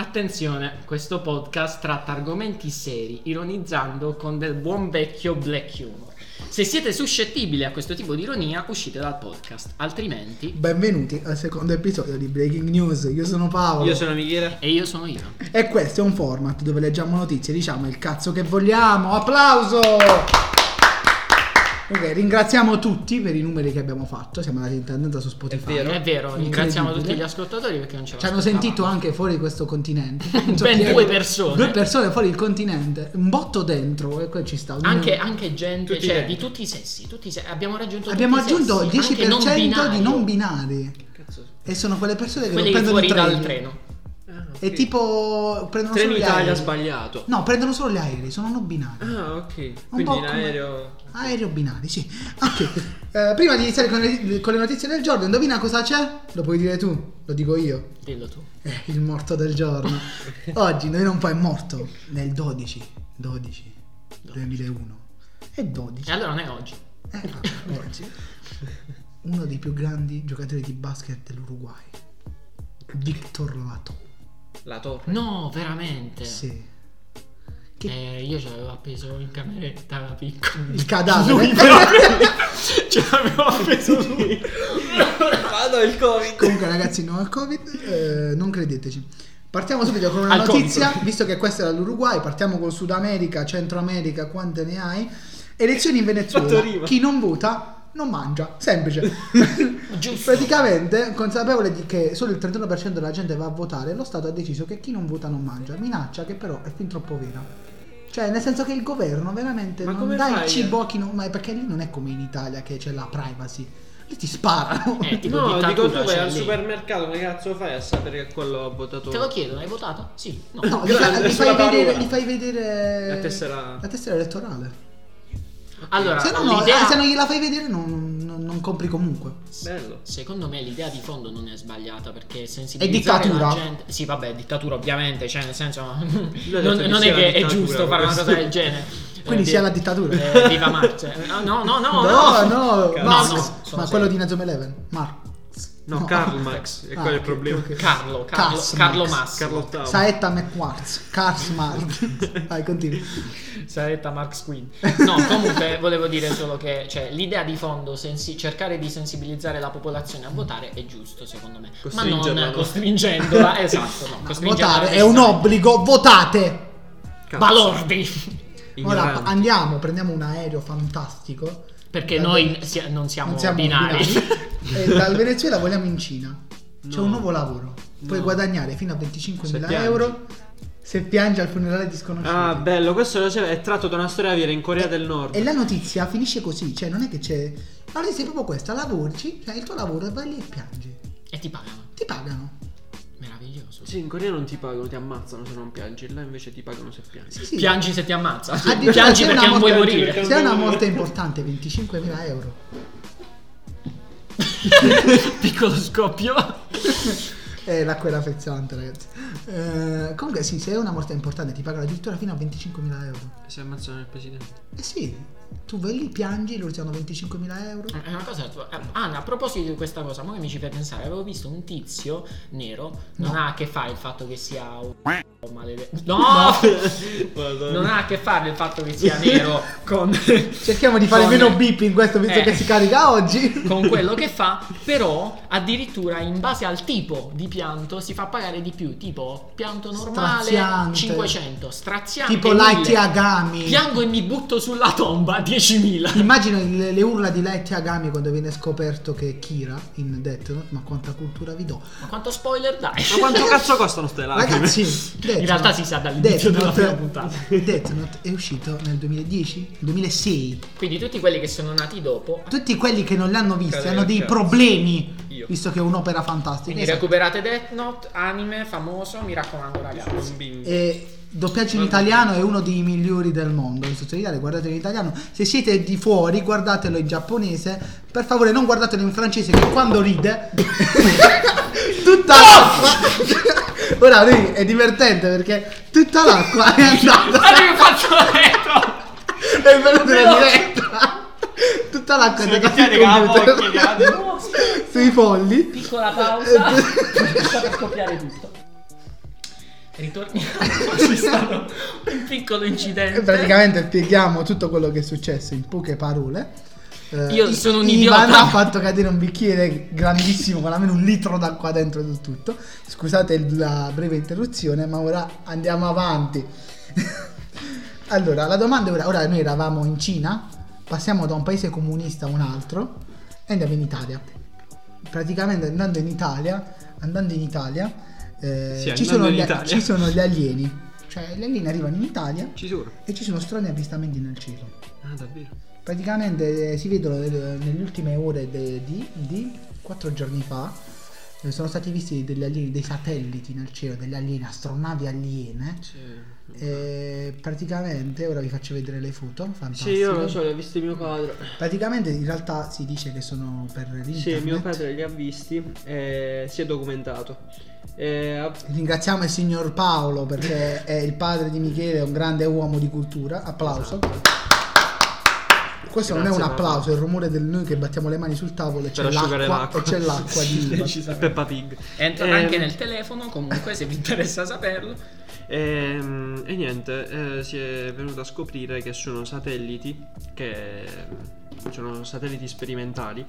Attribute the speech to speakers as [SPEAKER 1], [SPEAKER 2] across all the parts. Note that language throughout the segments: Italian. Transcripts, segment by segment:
[SPEAKER 1] Attenzione, questo podcast tratta argomenti seri, ironizzando con del buon vecchio black humor. Se siete suscettibili a questo tipo di ironia, uscite dal podcast, altrimenti...
[SPEAKER 2] Benvenuti al secondo episodio di Breaking News. Io sono Paolo.
[SPEAKER 3] Io sono Michele.
[SPEAKER 1] E io sono io.
[SPEAKER 2] E questo è un format dove leggiamo notizie, diciamo il cazzo che vogliamo. Applauso! Ok, ringraziamo tutti per i numeri che abbiamo fatto. Siamo andati in tendenza su Spotify.
[SPEAKER 3] È vero.
[SPEAKER 1] È vero, ringraziamo
[SPEAKER 2] Incredibile.
[SPEAKER 1] tutti gli ascoltatori perché non ce
[SPEAKER 2] Ci hanno sentito anche fuori questo continente. Non so chi
[SPEAKER 1] Ben
[SPEAKER 2] è.
[SPEAKER 1] due persone.
[SPEAKER 2] Due persone fuori il continente. Un botto dentro. E qua ci sta.
[SPEAKER 1] Anche, anche gente,
[SPEAKER 3] Tutti
[SPEAKER 1] cioè
[SPEAKER 3] dentro.
[SPEAKER 1] di tutti i sessi, tutti i se- abbiamo raggiunto
[SPEAKER 2] Abbiamo
[SPEAKER 1] tutti i
[SPEAKER 2] aggiunto il
[SPEAKER 1] sessi,
[SPEAKER 2] 10%
[SPEAKER 1] anche non
[SPEAKER 2] di non
[SPEAKER 1] binario,
[SPEAKER 2] binari.
[SPEAKER 3] Cazzo.
[SPEAKER 2] E sono quelle persone che
[SPEAKER 1] quelli
[SPEAKER 2] non
[SPEAKER 1] fuori
[SPEAKER 2] prendono il treno.
[SPEAKER 1] dal treno.
[SPEAKER 3] Ah, ok.
[SPEAKER 2] E tipo prendono
[SPEAKER 3] Treno
[SPEAKER 2] solo gli
[SPEAKER 3] Italia ha
[SPEAKER 2] aerei.
[SPEAKER 3] sbagliato.
[SPEAKER 2] No, prendono solo gli aerei, sono non binari.
[SPEAKER 3] Ah, ok.
[SPEAKER 2] Un po'
[SPEAKER 3] Quindi in
[SPEAKER 2] come-
[SPEAKER 3] aereo.
[SPEAKER 2] Aereo binari, sì. Ok. Eh, prima di iniziare con le, con le notizie del giorno, indovina cosa c'è? Lo puoi dire tu, lo dico io.
[SPEAKER 1] Dillo tu.
[SPEAKER 2] Eh, il morto del giorno. Oggi noi non fai morto nel 12 12 2001. E 12.
[SPEAKER 1] E allora non è oggi.
[SPEAKER 2] Eh, no, oggi. Uno dei più grandi giocatori di basket dell'Uruguay. Victor Lato.
[SPEAKER 3] La torre.
[SPEAKER 1] No, veramente.
[SPEAKER 2] Sì. Che-
[SPEAKER 1] Eh, io ce l'avevo appeso in cameretta da piccolo.
[SPEAKER 2] Il cadavere.
[SPEAKER 1] ce l'avevo appeso lui.
[SPEAKER 3] Vado il covid.
[SPEAKER 2] Comunque, ragazzi, no al Covid, eh, non credeteci. Partiamo subito con una
[SPEAKER 1] Al
[SPEAKER 2] notizia,
[SPEAKER 1] contro.
[SPEAKER 2] visto che questa è dall'Uruguay, partiamo con Sud America, Centro America, quante ne hai? Elezioni in
[SPEAKER 3] Fatto
[SPEAKER 2] Venezuela.
[SPEAKER 3] rima.
[SPEAKER 2] Chi non vota non mangia, semplice.
[SPEAKER 1] Giusto.
[SPEAKER 2] Praticamente, consapevole di che solo il 31% della gente va a votare, lo Stato ha deciso che chi non vota non mangia, minaccia che però è fin troppo vera. Cioè, nel senso che il governo veramente
[SPEAKER 3] Ma
[SPEAKER 2] non
[SPEAKER 3] come
[SPEAKER 2] dà il
[SPEAKER 3] fai?
[SPEAKER 2] cibo a chi non mangia, perché lì non è come in Italia che c'è la privacy. Lì ti sparano.
[SPEAKER 1] Eh, tipo
[SPEAKER 3] No,
[SPEAKER 1] dittatura,
[SPEAKER 3] dico tu vai
[SPEAKER 1] cioè,
[SPEAKER 3] al
[SPEAKER 1] lì.
[SPEAKER 3] supermercato, come cazzo fai a sapere che quello ha votato?
[SPEAKER 1] Te lo chiedo, l'hai votato? Sì. No.
[SPEAKER 2] No, gli,
[SPEAKER 3] Grande,
[SPEAKER 2] fa- gli
[SPEAKER 3] sulla
[SPEAKER 2] fai vedere,
[SPEAKER 3] parola.
[SPEAKER 2] gli fai vedere
[SPEAKER 3] La tessera-
[SPEAKER 2] la tessera elettorale.
[SPEAKER 1] Allora,
[SPEAKER 2] Se no, no,
[SPEAKER 1] Ah, l'idea...
[SPEAKER 2] eh, se non gliela fai vedere, non, non- non compri comunque.
[SPEAKER 3] Bello.
[SPEAKER 1] Secondo me l'idea di fondo non è sbagliata perché sensibilizzare
[SPEAKER 2] È dittatura.
[SPEAKER 1] la gente... Sì, vabbè, è dittatura ovviamente, cioè nel senso non,
[SPEAKER 3] detto
[SPEAKER 1] non
[SPEAKER 3] che
[SPEAKER 1] è che
[SPEAKER 3] sia la
[SPEAKER 1] è
[SPEAKER 3] dittatura,
[SPEAKER 1] giusto fare una
[SPEAKER 3] questo.
[SPEAKER 1] cosa del genere.
[SPEAKER 2] Quindi
[SPEAKER 1] Eh,
[SPEAKER 2] sia
[SPEAKER 1] vi-
[SPEAKER 2] la dittatura.
[SPEAKER 1] eh, viva Marx. Eh, No, no, no, no.
[SPEAKER 2] no,
[SPEAKER 3] Cazzo.
[SPEAKER 2] Marx.
[SPEAKER 1] No, no,
[SPEAKER 2] ma
[SPEAKER 1] sono
[SPEAKER 2] quello
[SPEAKER 1] serio.
[SPEAKER 2] di Nazom Eleven, Marx.
[SPEAKER 3] No, Karl Marx, e quello è
[SPEAKER 2] Ah,
[SPEAKER 3] il
[SPEAKER 2] ok,
[SPEAKER 3] problema.
[SPEAKER 2] ok.
[SPEAKER 1] Carlo, Carlo,
[SPEAKER 2] Cazzo,
[SPEAKER 1] Carlo
[SPEAKER 2] Max.
[SPEAKER 1] Massimo.
[SPEAKER 3] Carlo VIII.
[SPEAKER 2] Saetta McQuartz, Karl Marx. Vai, continua.
[SPEAKER 1] Saretta Marx Queen. No, comunque volevo dire solo che cioè, l'idea di fondo, sensi- cercare di sensibilizzare la popolazione a votare è giusto secondo me. Ma
[SPEAKER 3] Costringerla,
[SPEAKER 1] non
[SPEAKER 3] no?
[SPEAKER 1] costringendola, esatto. No,
[SPEAKER 2] Ma
[SPEAKER 1] costringerla
[SPEAKER 2] Votare
[SPEAKER 1] a
[SPEAKER 2] è un
[SPEAKER 1] restare.
[SPEAKER 2] obbligo, votate!
[SPEAKER 3] Cazzo.
[SPEAKER 1] Balordi!
[SPEAKER 2] Ora
[SPEAKER 3] Ignorante.
[SPEAKER 2] andiamo, prendiamo un aereo fantastico.
[SPEAKER 1] Perché
[SPEAKER 2] Dal-
[SPEAKER 1] noi si- non siamo,
[SPEAKER 2] Non siamo
[SPEAKER 1] binari.
[SPEAKER 2] binari. e dal Venezuela vogliamo in Cina. C'è
[SPEAKER 3] No.
[SPEAKER 2] un nuovo lavoro. Puoi
[SPEAKER 3] No.
[SPEAKER 2] guadagnare fino a
[SPEAKER 3] Se
[SPEAKER 2] 25.000
[SPEAKER 3] piangi.
[SPEAKER 2] euro se piangi al funerale di sconosciuti.
[SPEAKER 3] Ah, bello, questo lo sapevo, è tratto da una storia vera in Corea del Nord.
[SPEAKER 2] E la notizia finisce così, cioè non è che c'è... La notizia è proprio questa, lavorci, cioè il tuo lavoro e vai lì e piangi.
[SPEAKER 1] e ti pagano.
[SPEAKER 2] Ti pagano.
[SPEAKER 1] Meraviglioso.
[SPEAKER 3] Sì, in Corea non ti pagano, ti ammazzano se non piangi, là invece ti pagano se piangi.
[SPEAKER 2] Sì, sì.
[SPEAKER 1] Piangi se ti ammazza.
[SPEAKER 2] Addirittura
[SPEAKER 1] Piangi
[SPEAKER 2] se è
[SPEAKER 1] perché
[SPEAKER 2] una
[SPEAKER 1] non vuoi
[SPEAKER 2] morte-
[SPEAKER 1] morire.
[SPEAKER 2] Se è una morte importante, 25.000 euro.
[SPEAKER 1] Piccolo scoppio.
[SPEAKER 2] Eh, l'acqua era frizzante, ragazzi. Eh, comunque sì, se è una morte importante ti pagano addirittura fino a 25.000 euro.
[SPEAKER 3] Se ammazzano il presidente.
[SPEAKER 2] Eh sì, tu vai lì, piangi, loro ti danno 25.000 euro.
[SPEAKER 1] È una cosa tua. eh, Anna, a proposito di questa cosa, mo che mi ci fai pensare, avevo visto un tizio nero. Non ha a che fare il fatto che sia un maledetto. No! Non ha a che fare il fatto che sia nero con,
[SPEAKER 2] Cerchiamo di fare
[SPEAKER 1] Con-
[SPEAKER 2] meno beep in questo visto
[SPEAKER 1] Eh.
[SPEAKER 2] che si carica oggi.
[SPEAKER 1] con quello che fa, però addirittura in base al tipo di pianto si fa pagare di più, tipo pianto normale
[SPEAKER 2] Straziante.
[SPEAKER 1] 500, straziante
[SPEAKER 2] tipo
[SPEAKER 1] 1000.
[SPEAKER 2] Light Agami.
[SPEAKER 1] Piango e mi butto sulla tomba 10.000.
[SPEAKER 2] Immagino le, le urla di Light Agami quando viene scoperto che è Kira in Death Note, ma quanta cultura vi do.
[SPEAKER 1] Ma quanto spoiler dai?
[SPEAKER 3] Ma quanto cazzo costano ste lacrime?
[SPEAKER 2] Ragazzi, Death
[SPEAKER 1] In realtà
[SPEAKER 2] Note-
[SPEAKER 1] si sa dall'inizio
[SPEAKER 2] Death
[SPEAKER 1] della
[SPEAKER 2] Note-
[SPEAKER 1] prima puntata.
[SPEAKER 2] Death Note è uscito nel 2010, 2006.
[SPEAKER 1] Quindi tutti quelli che sono nati dopo,
[SPEAKER 2] Tutti quelli che non l'hanno visto
[SPEAKER 3] Cadere
[SPEAKER 2] hanno
[SPEAKER 3] al
[SPEAKER 2] dei
[SPEAKER 3] cazzo.
[SPEAKER 2] problemi,
[SPEAKER 3] Io.
[SPEAKER 2] visto che è un'opera fantastica.
[SPEAKER 1] quindi
[SPEAKER 2] Esatto.
[SPEAKER 1] recuperate Death Note, anime famoso, mi raccomando ragazzi.
[SPEAKER 3] Un bimbo.
[SPEAKER 2] E doppiaggio in italiano è uno dei migliori del mondo. In sostanziale, guardatelo in italiano. Se siete di fuori, guardatelo in giapponese. Per favore, non guardatelo in francese, che quando ride, tutta l'acqua. Ora lui è divertente perché tutta l'acqua è andata.
[SPEAKER 1] Ma che faccio retro!
[SPEAKER 2] È venuta
[SPEAKER 1] Veloce.
[SPEAKER 2] la diretta. Tutta l'acqua
[SPEAKER 3] Sì,
[SPEAKER 2] è andata
[SPEAKER 3] ti tieni
[SPEAKER 2] sui
[SPEAKER 3] che la
[SPEAKER 2] computer.
[SPEAKER 3] bocchi, che la-
[SPEAKER 2] sui folli.
[SPEAKER 1] Piccola pausa, sta per scoppiare tutto. Ritorniamo, ci stanno un piccolo incidente.
[SPEAKER 2] E Eh, praticamente spieghiamo tutto quello che è successo in poche parole. Eh,
[SPEAKER 1] Io sono un
[SPEAKER 2] Ivan
[SPEAKER 1] idiota.
[SPEAKER 2] ha fatto cadere un bicchiere grandissimo con almeno un litro d'acqua dentro su tutto. Scusate la breve interruzione, ma ora andiamo avanti. allora, la domanda è ora, ora noi eravamo in Cina, passiamo da un paese comunista a un altro e andiamo in Italia. Praticamente andando in Italia, andando in Italia, eh,
[SPEAKER 3] Sì,
[SPEAKER 2] ci,
[SPEAKER 3] andando
[SPEAKER 2] sono
[SPEAKER 3] in
[SPEAKER 2] gli,
[SPEAKER 3] Italia.
[SPEAKER 2] ci sono gli alieni. Cioè, gli alieni arrivano in Italia
[SPEAKER 3] Ci sono.
[SPEAKER 2] e ci sono strani avvistamenti nel cielo.
[SPEAKER 3] Ah, davvero?
[SPEAKER 2] Praticamente eh, si vedono eh, nelle ultime ore de- di, di quattro giorni fa eh, sono stati visti degli alieni, dei satelliti nel cielo, degli alieni, astronavi aliene. Eh, E praticamente, ora vi faccio vedere le foto, fantastico.
[SPEAKER 3] Sì, io lo so, li ha visti mio padre.
[SPEAKER 2] Praticamente in realtà si dice che sono per l'internet.
[SPEAKER 3] Sì, mio padre li ha visti e si è documentato. E ha-
[SPEAKER 2] Ringraziamo il signor Paolo perché è il padre di Michele, è un grande uomo di cultura. Applauso. Questo non è
[SPEAKER 3] Esatto. Grazie,
[SPEAKER 2] un applauso, è il rumore del noi che battiamo le mani sul tavolo e c'è
[SPEAKER 3] Per asciugare
[SPEAKER 2] l'acqua,
[SPEAKER 3] l'acqua.
[SPEAKER 2] e c'è l'acqua di Ivan.
[SPEAKER 3] Sì, Peppa Pig.
[SPEAKER 1] Entra
[SPEAKER 3] Ehm,
[SPEAKER 2] eh,
[SPEAKER 1] anche nel telefono, comunque, se vi interessa saperlo.
[SPEAKER 3] ehm, E, niente, eh, si è venuto a scoprire che sono satelliti, che ehm, sono satelliti sperimentali,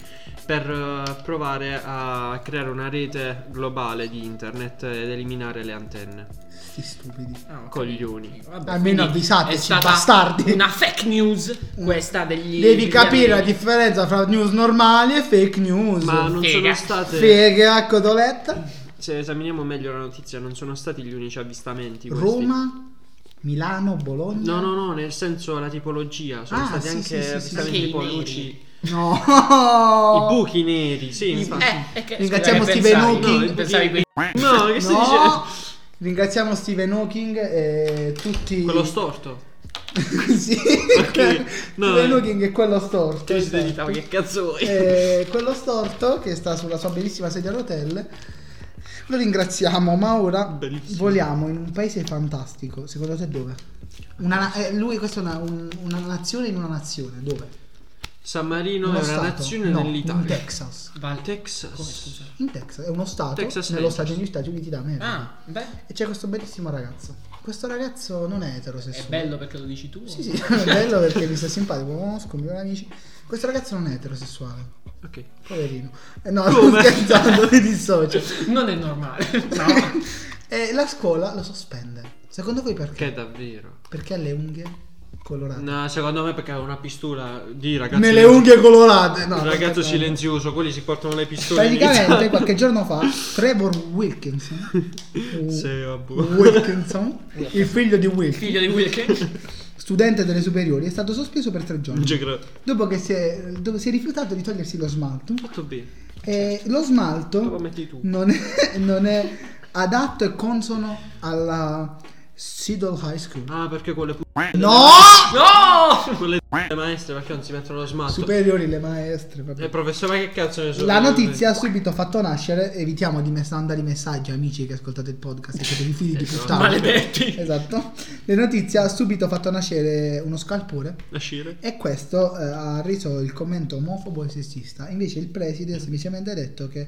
[SPEAKER 3] per eh, provare a creare una rete globale di internet ed eliminare le antenne.
[SPEAKER 2] Sti stupidi.
[SPEAKER 1] Ah, ok.
[SPEAKER 3] Coglioni.
[SPEAKER 1] Vabbè,
[SPEAKER 2] Almeno
[SPEAKER 1] quindi
[SPEAKER 2] avvisateci,
[SPEAKER 1] è stata
[SPEAKER 2] bastardi. Mm.
[SPEAKER 1] Una fake news questa degli.
[SPEAKER 2] Devi
[SPEAKER 1] degli
[SPEAKER 2] capire la
[SPEAKER 1] alieni.
[SPEAKER 2] differenza tra news normali e fake news.
[SPEAKER 3] Ma non
[SPEAKER 1] Figa.
[SPEAKER 3] sono state...
[SPEAKER 2] Fega, cotoletta.
[SPEAKER 3] Se esaminiamo meglio la notizia, non sono stati gli unici avvistamenti. questi.
[SPEAKER 2] Roma, Milano, Bologna.
[SPEAKER 3] No, no, no, nel senso la tipologia. Sono
[SPEAKER 2] Ah,
[SPEAKER 3] stati
[SPEAKER 2] sì,
[SPEAKER 3] anche
[SPEAKER 2] sì, Oh. sì, sì,
[SPEAKER 3] avvistamenti
[SPEAKER 1] sì.
[SPEAKER 3] tipo
[SPEAKER 1] Anche i
[SPEAKER 3] luci.
[SPEAKER 1] neri.
[SPEAKER 2] No.
[SPEAKER 3] I buchi neri, sì. infatti.
[SPEAKER 1] Eh, è che,
[SPEAKER 2] Ringraziamo
[SPEAKER 1] scusa, che
[SPEAKER 2] Stephen
[SPEAKER 1] pensavi?
[SPEAKER 2] Hawking.
[SPEAKER 1] No, pensavi quei-
[SPEAKER 3] No, che stai
[SPEAKER 2] No.
[SPEAKER 3] dicendo?
[SPEAKER 2] Ringraziamo Stephen Hawking e tutti.
[SPEAKER 3] Quello storto.
[SPEAKER 2] sì. Cioè,
[SPEAKER 3] Ok, no,
[SPEAKER 2] Stephen
[SPEAKER 3] eh.
[SPEAKER 2] Hawking e quello storto.
[SPEAKER 3] Che si
[SPEAKER 2] esatto.
[SPEAKER 3] diceva, Diciamo che cazzo vuoi?
[SPEAKER 2] Eh, quello storto che sta sulla sua bellissima sedia a rotelle. Lo ringraziamo, ma ora
[SPEAKER 3] Bellissimo.
[SPEAKER 2] voliamo in un paese fantastico. Secondo te dove? Una na- eh, lui, questa è una, un- una nazione in una nazione. Dove?
[SPEAKER 3] San Marino
[SPEAKER 2] Uno
[SPEAKER 3] è una
[SPEAKER 2] stato?
[SPEAKER 3] nazione
[SPEAKER 2] No,
[SPEAKER 3] nell'Italia.
[SPEAKER 2] In Texas.
[SPEAKER 1] Val-
[SPEAKER 3] Texas.
[SPEAKER 1] Come, scusa?
[SPEAKER 2] In Texas, è uno stato
[SPEAKER 3] Texas
[SPEAKER 2] nello
[SPEAKER 3] Rangers.
[SPEAKER 2] stato degli Stati Uniti d'America.
[SPEAKER 1] Ah, beh,
[SPEAKER 2] E c'è questo bellissimo ragazzo. Questo ragazzo non è eterosessuale.
[SPEAKER 1] è bello perché lo dici tu.
[SPEAKER 2] Sì, sì, è bello perché mi sta simpatico, lo conosco, miei amici. Questo ragazzo non è eterosessuale.
[SPEAKER 3] Ok.
[SPEAKER 2] Poverino. Eh, no, sto scherzando, mi dissocio.
[SPEAKER 1] Non è normale. No.
[SPEAKER 2] E la scuola lo sospende. Secondo voi perché?
[SPEAKER 3] Che davvero?
[SPEAKER 2] Perché ha le unghie colorate?
[SPEAKER 3] No, secondo me perché è una pistola di ragazzi.
[SPEAKER 2] Nelle unghie colorate. No,
[SPEAKER 3] Un
[SPEAKER 2] sto
[SPEAKER 3] ragazzo
[SPEAKER 2] scherzando.
[SPEAKER 3] silenzioso, quelli si portano le pistole. in
[SPEAKER 2] Praticamente
[SPEAKER 3] Italia.
[SPEAKER 2] qualche giorno fa Trevor Wilkinson,
[SPEAKER 3] Sì,
[SPEAKER 2] Mm.
[SPEAKER 3] vabbè.
[SPEAKER 2] Wilkinson, il figlio di Wilkinson,
[SPEAKER 1] Figlio di Wilkin.
[SPEAKER 2] studente delle superiori, è stato sospeso per tre
[SPEAKER 3] Non
[SPEAKER 2] giorni.
[SPEAKER 3] ci credo.
[SPEAKER 2] Dopo che si è, dopo si è rifiutato di togliersi lo smalto,
[SPEAKER 3] Fatto bene.
[SPEAKER 2] e lo
[SPEAKER 3] Dove
[SPEAKER 2] smalto
[SPEAKER 3] metti tu?
[SPEAKER 2] non è, non è adatto e consono alla Seedle High School.
[SPEAKER 3] Ah, perché quelle pu-
[SPEAKER 2] No!
[SPEAKER 1] No!
[SPEAKER 3] quelle p- maestre perché non si mettono lo smalto?
[SPEAKER 2] Superiori le maestre, vabbè.
[SPEAKER 3] Eh, professore, ma che cazzo ne so?
[SPEAKER 2] La notizia ha subito fatto nascere, evitiamo di mess- mandare i messaggi amici che ascoltate il podcast e siete i figli di puttana.
[SPEAKER 1] Maledetti.
[SPEAKER 2] Esatto. La notizia ha subito fatto nascere uno scalpore
[SPEAKER 3] Nascere.
[SPEAKER 2] e questo eh, ha reso il commento omofobo e sessista. Invece il preside ha semplicemente detto che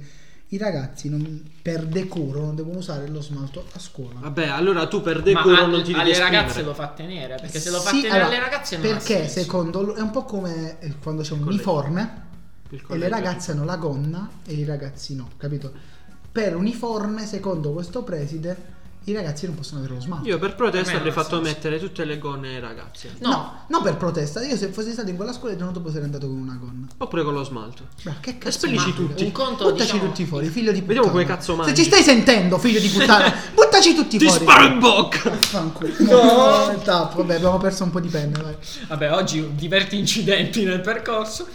[SPEAKER 2] i ragazzi non- per decoro non devono usare lo smalto a scuola.
[SPEAKER 3] Vabbè, allora tu per
[SPEAKER 1] Ma
[SPEAKER 3] decoro non
[SPEAKER 1] alle,
[SPEAKER 3] ti devi
[SPEAKER 1] alle
[SPEAKER 3] esprimere.
[SPEAKER 1] ragazze lo fa tenere. Perché se lo fa
[SPEAKER 2] Sì,
[SPEAKER 1] tenere
[SPEAKER 2] allora,
[SPEAKER 1] alle ragazze non ha
[SPEAKER 2] Perché
[SPEAKER 1] senso.
[SPEAKER 2] secondo lui è un po' come eh, quando c'è un
[SPEAKER 3] collega.
[SPEAKER 2] uniforme
[SPEAKER 3] Il
[SPEAKER 2] e le
[SPEAKER 3] collega.
[SPEAKER 2] ragazze hanno la gonna e i ragazzi no, capito? Per uniforme, secondo questo preside, i ragazzi non possono avere lo smalto.
[SPEAKER 3] Io per protesta
[SPEAKER 1] Per me
[SPEAKER 3] avrei
[SPEAKER 1] non ha
[SPEAKER 3] fatto
[SPEAKER 1] senso.
[SPEAKER 3] mettere tutte le gonne ai ragazzi.
[SPEAKER 1] No.
[SPEAKER 2] No. non per protesta. Io se fossi stato in quella scuola il giorno dopo sarei andato con una gonna.
[SPEAKER 3] Oppure con lo smalto.
[SPEAKER 2] Beh, che cazzo
[SPEAKER 3] spellici
[SPEAKER 2] manca?
[SPEAKER 3] tutti.
[SPEAKER 1] Un conto,
[SPEAKER 2] Buttaci
[SPEAKER 1] diciamo-
[SPEAKER 2] tutti fuori, figlio di puttana.
[SPEAKER 3] Vediamo come cazzo
[SPEAKER 2] Se
[SPEAKER 3] mangi.
[SPEAKER 2] ci stai sentendo, figlio di puttana, buttaci tutti
[SPEAKER 3] Ti
[SPEAKER 2] fuori.
[SPEAKER 3] sparo in bocca!
[SPEAKER 2] Vaffanculo.
[SPEAKER 1] No.
[SPEAKER 2] No, tappo. Vabbè, abbiamo perso un po' di penne. vai.
[SPEAKER 1] Vabbè, oggi diverti incidenti nel percorso.